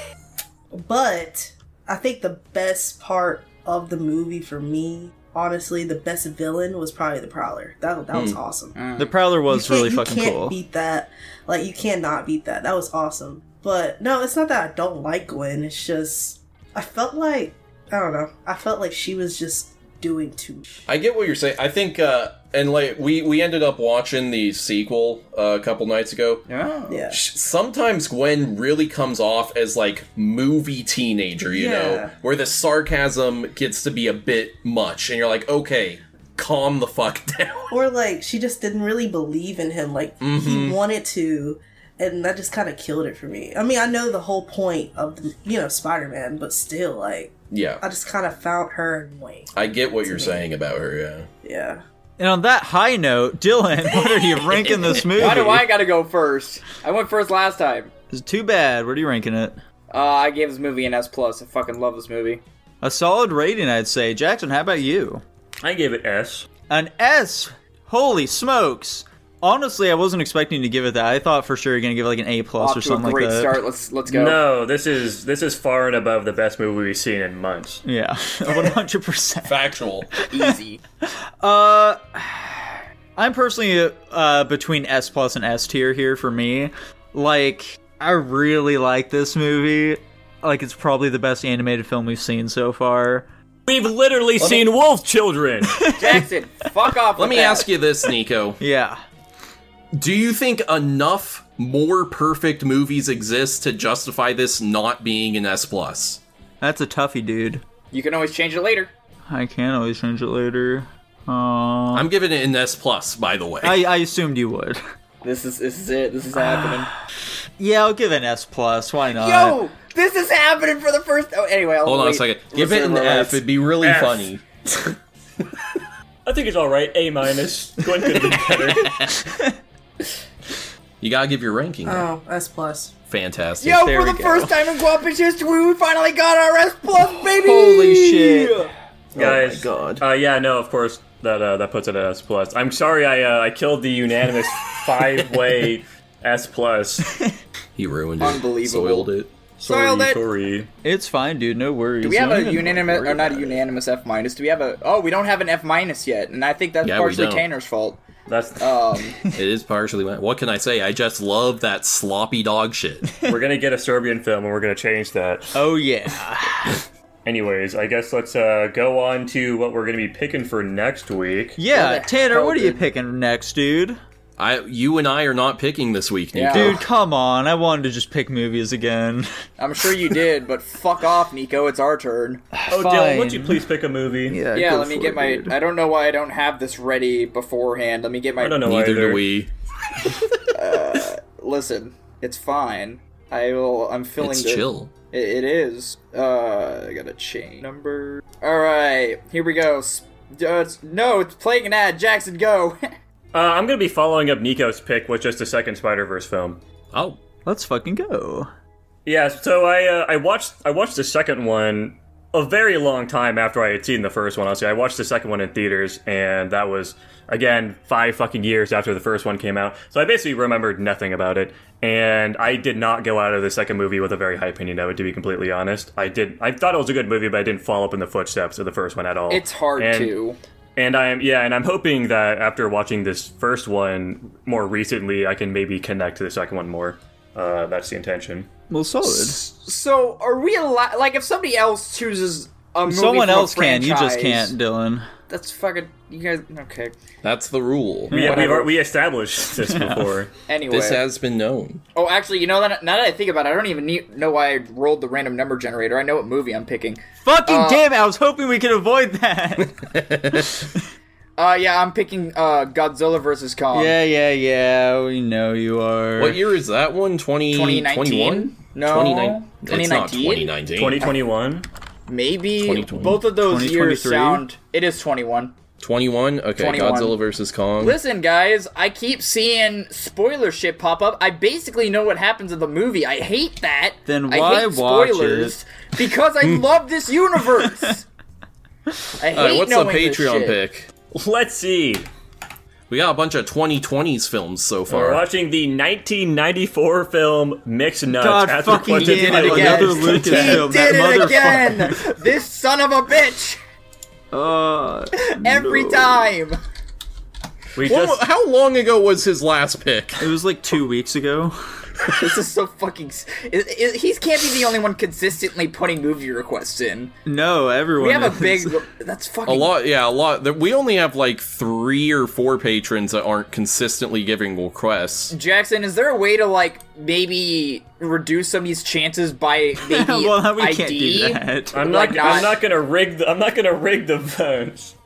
but I think the best part of the movie for me, honestly, the best villain was probably the Prowler. That that was awesome. the Prowler Hmm. was You can't- really you fucking can't cool. Beat that, like you cannot beat that. That was awesome. But no, it's not that I don't like Gwen. It's just I felt like I don't know. I felt like she was just doing too. much. I get what you're saying. I think, uh, and like we we ended up watching the sequel uh, a couple nights ago. Yeah. Yeah, Sh- Sometimes Gwen really comes off as like movie teenager, you know, Yeah. where the sarcasm gets to be a bit much, and you're like, okay, calm the fuck down. or like she just didn't really believe in him. Like he wanted to, and that just kind of killed it for me. I mean, I know the whole point of the, you know Spider Man, but still, like I yeah, just kind of found her annoying. I get what you're saying about her. Yeah. Yeah. And on that high note, Dylan, what are you ranking this movie? Why do I gotta go first? I went first last time. It's too bad. What are you ranking it? Uh, I gave this movie an S plus. I fucking love this movie. A solid rating, I'd say. Jackson, how about you? I gave it S. An S. Holy smokes! Honestly, I wasn't expecting to give it that. I thought for sure you're gonna give it like an A plus Off or to a something great like that. start. Let's let's go. No, this is this is far and above the best movie we've seen in months. Yeah, one hundred percent. Factual. Easy. Uh, I'm personally uh between S plus and S tier here for me. Like, I really like this movie. Like, it's probably the best animated film we've seen so far. We've literally seen wolf children. Jackson, fuck off. Let me ask you this, Nico. Yeah, Do you think enough more perfect movies exist to justify this not being an S plus? that's a toughie, dude. You can always change it later. I can always change it later. Uh, I'm giving it an S plus, by the way. I, I assumed you would. This is this is it. This is happening. Yeah, I'll give it an S plus. Why not? Yo, this is happening for the first. Oh, anyway, I'll Hold on a wait. second. Give it an Listener F. relax. It'd be really F. funny. I think it's all right. A minus. Gwen could have been better. You gotta give your ranking. Oh, S plus. Fantastic. Uh, Yo, There for we the go. first time in Guapish history, we finally got our S plus, baby. Holy shit. Guys, God. Uh, yeah, no, of course that uh, that puts it at S plus. I'm sorry, I uh, I killed the unanimous five way S plus. He ruined it. Unbelievable. Soiled it. Soiled Sorry, it. sorry. It's fine, dude. No worries. Do we have Don't a even unanimous worry or not a about it. unanimous F minus? Do we have a? Oh, we don't have an F minus yet, and I think that's Yeah, we partially don't. Tanner's fault. That's Um, It is partially mine. What can I say? I just love that sloppy dog shit. we're gonna get a Serbian film and we're gonna change that. Oh yeah. Anyways, I guess let's uh, go on to what we're gonna be picking for next week. Yeah, Where the Tanner, hell, what are you dude? picking next, dude? I, you and I are not picking this week, Nico. Yeah. Dude, come on. I wanted to just pick movies again. I'm sure you did, but fuck off, Nico. It's our turn. Oh, Dylan, would you Fine. please pick a movie? Yeah, go let me for get it, my. dude. I don't know why I don't have this ready beforehand. Let me get my. I don't know Neither either. do we. Listen, it's fine. I will. I'm filling. It's the- chill. It, it is. Uh, I got a chain number. All right, here we go. S- uh, it's- no, it's playing an ad. Jackson, go. Uh, I'm gonna be following up Nico's pick with just a second Spider Verse film. Oh, Let's fucking go. Yeah, so I uh, I watched I watched the second one a very long time after I had seen the first one. Honestly, I watched the second one in theaters, and that was again five fucking years after the first one came out. So I basically remembered nothing about it, and I did not go out of the second movie with a very high opinion of it. To be completely honest, I did I thought it was a good movie, but I didn't follow up in the footsteps of the first one at all. It's hard And- to. and I am yeah, and I'm hoping that after watching this first one more recently, I can maybe connect to the second one more. Uh, that's the intention. Well, solid. So, are we allowed? Like, if somebody else chooses a movie, Someone from a else can. You just can't, franchise, Dylan. That's fucking. You guys. Okay. that's the rule. Yeah, we've, Whatever. al- we established this before. Anyway. This has been known. oh, actually, you know that. Now that I think about it, I don't even need, know why I rolled the random number generator. I know what movie I'm picking. Fucking damn it! I was hoping we could avoid that. Uh, yeah, I'm picking uh Godzilla versus Kong. yeah, yeah, yeah. We know you are. What year is that one? 20, 2019? 21? No. 29 It's not 2019? 2019. 2021. Maybe 2020. both of those years 2023? sound. It is 21. 21? Okay, 21. Godzilla versus Kong. Listen, guys, I keep seeing spoiler shit pop up. I basically know what happens in the movie. I hate that. Then I why hate watch spoilers Because I love this universe. I hate All right, what's the knowing this Patreon shit. pick? Let's see. We got a bunch of 2020s films so We're far. watching the 1994 film Mixed Nuts. God as fucking requested did by it again. another Another Lucas Lucas film. That Did it motherfucker. again! this son of a bitch! Uh, Every time! We When- just how long ago was his last pick? it was like two weeks ago. This is so fucking. s- It, it, he can't be the only one consistently putting movie requests in. No, everyone. We have a is. big. That's fucking. A lot, yeah, a lot. There- We only have like three or four patrons that aren't consistently giving requests. Jackson, is there a way to like maybe reduce some of these chances by maybe well, we ID? can't do that. I'm like not, I'm not- not gonna rig the I'm not gonna rig the votes.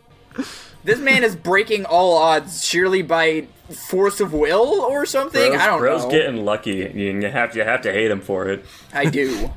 This man is breaking all odds, surely by force of will or something. Bro's- I don't Bro's know. getting lucky. You you have to you have to hate him for it. I do.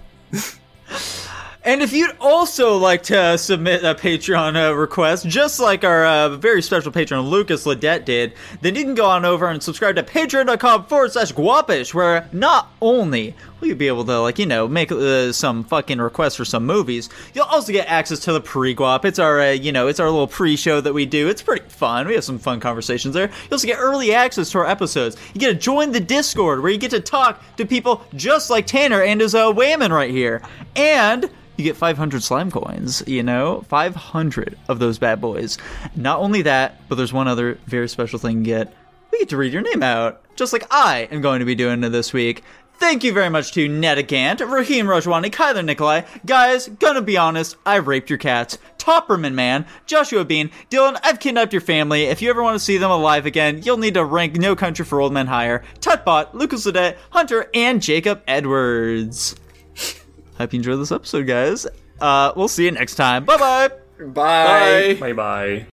And if you'd also like to submit a Patreon uh, request, just like our uh, very special patron Lucas Ledette did, then you can go on over and subscribe to patreon.com forward slash guapish, where not only will you be able to, like, you know, make uh, some fucking requests for some movies, you'll also get access to the pre guap. It's our, uh, you know, it's our little pre show that we do. It's pretty fun. We have some fun conversations there. You also get early access to our episodes. You get to join the Discord, where you get to talk to people just like Tanner and his uh, Wayman right here. And you get 500 slime coins, you know? 500 of those bad boys. Not only that, but there's one other very special thing you get. We get to read your name out, just like I am going to be doing this week. Thank you very much to Netta Gant, Raheem Rojwani, Kyler Nikolai. Guys, gonna be honest, I raped your cats. Topperman Man, Joshua Bean, Dylan, I've kidnapped your family. If you ever want to see them alive again, you'll need to rank No Country for Old Men higher. Tutbot, Lucas Ledet, Hunter, and Jacob Edwards. Hope you enjoyed this episode, guys. Uh, we'll see you next time. Bye bye. Bye. Bye bye.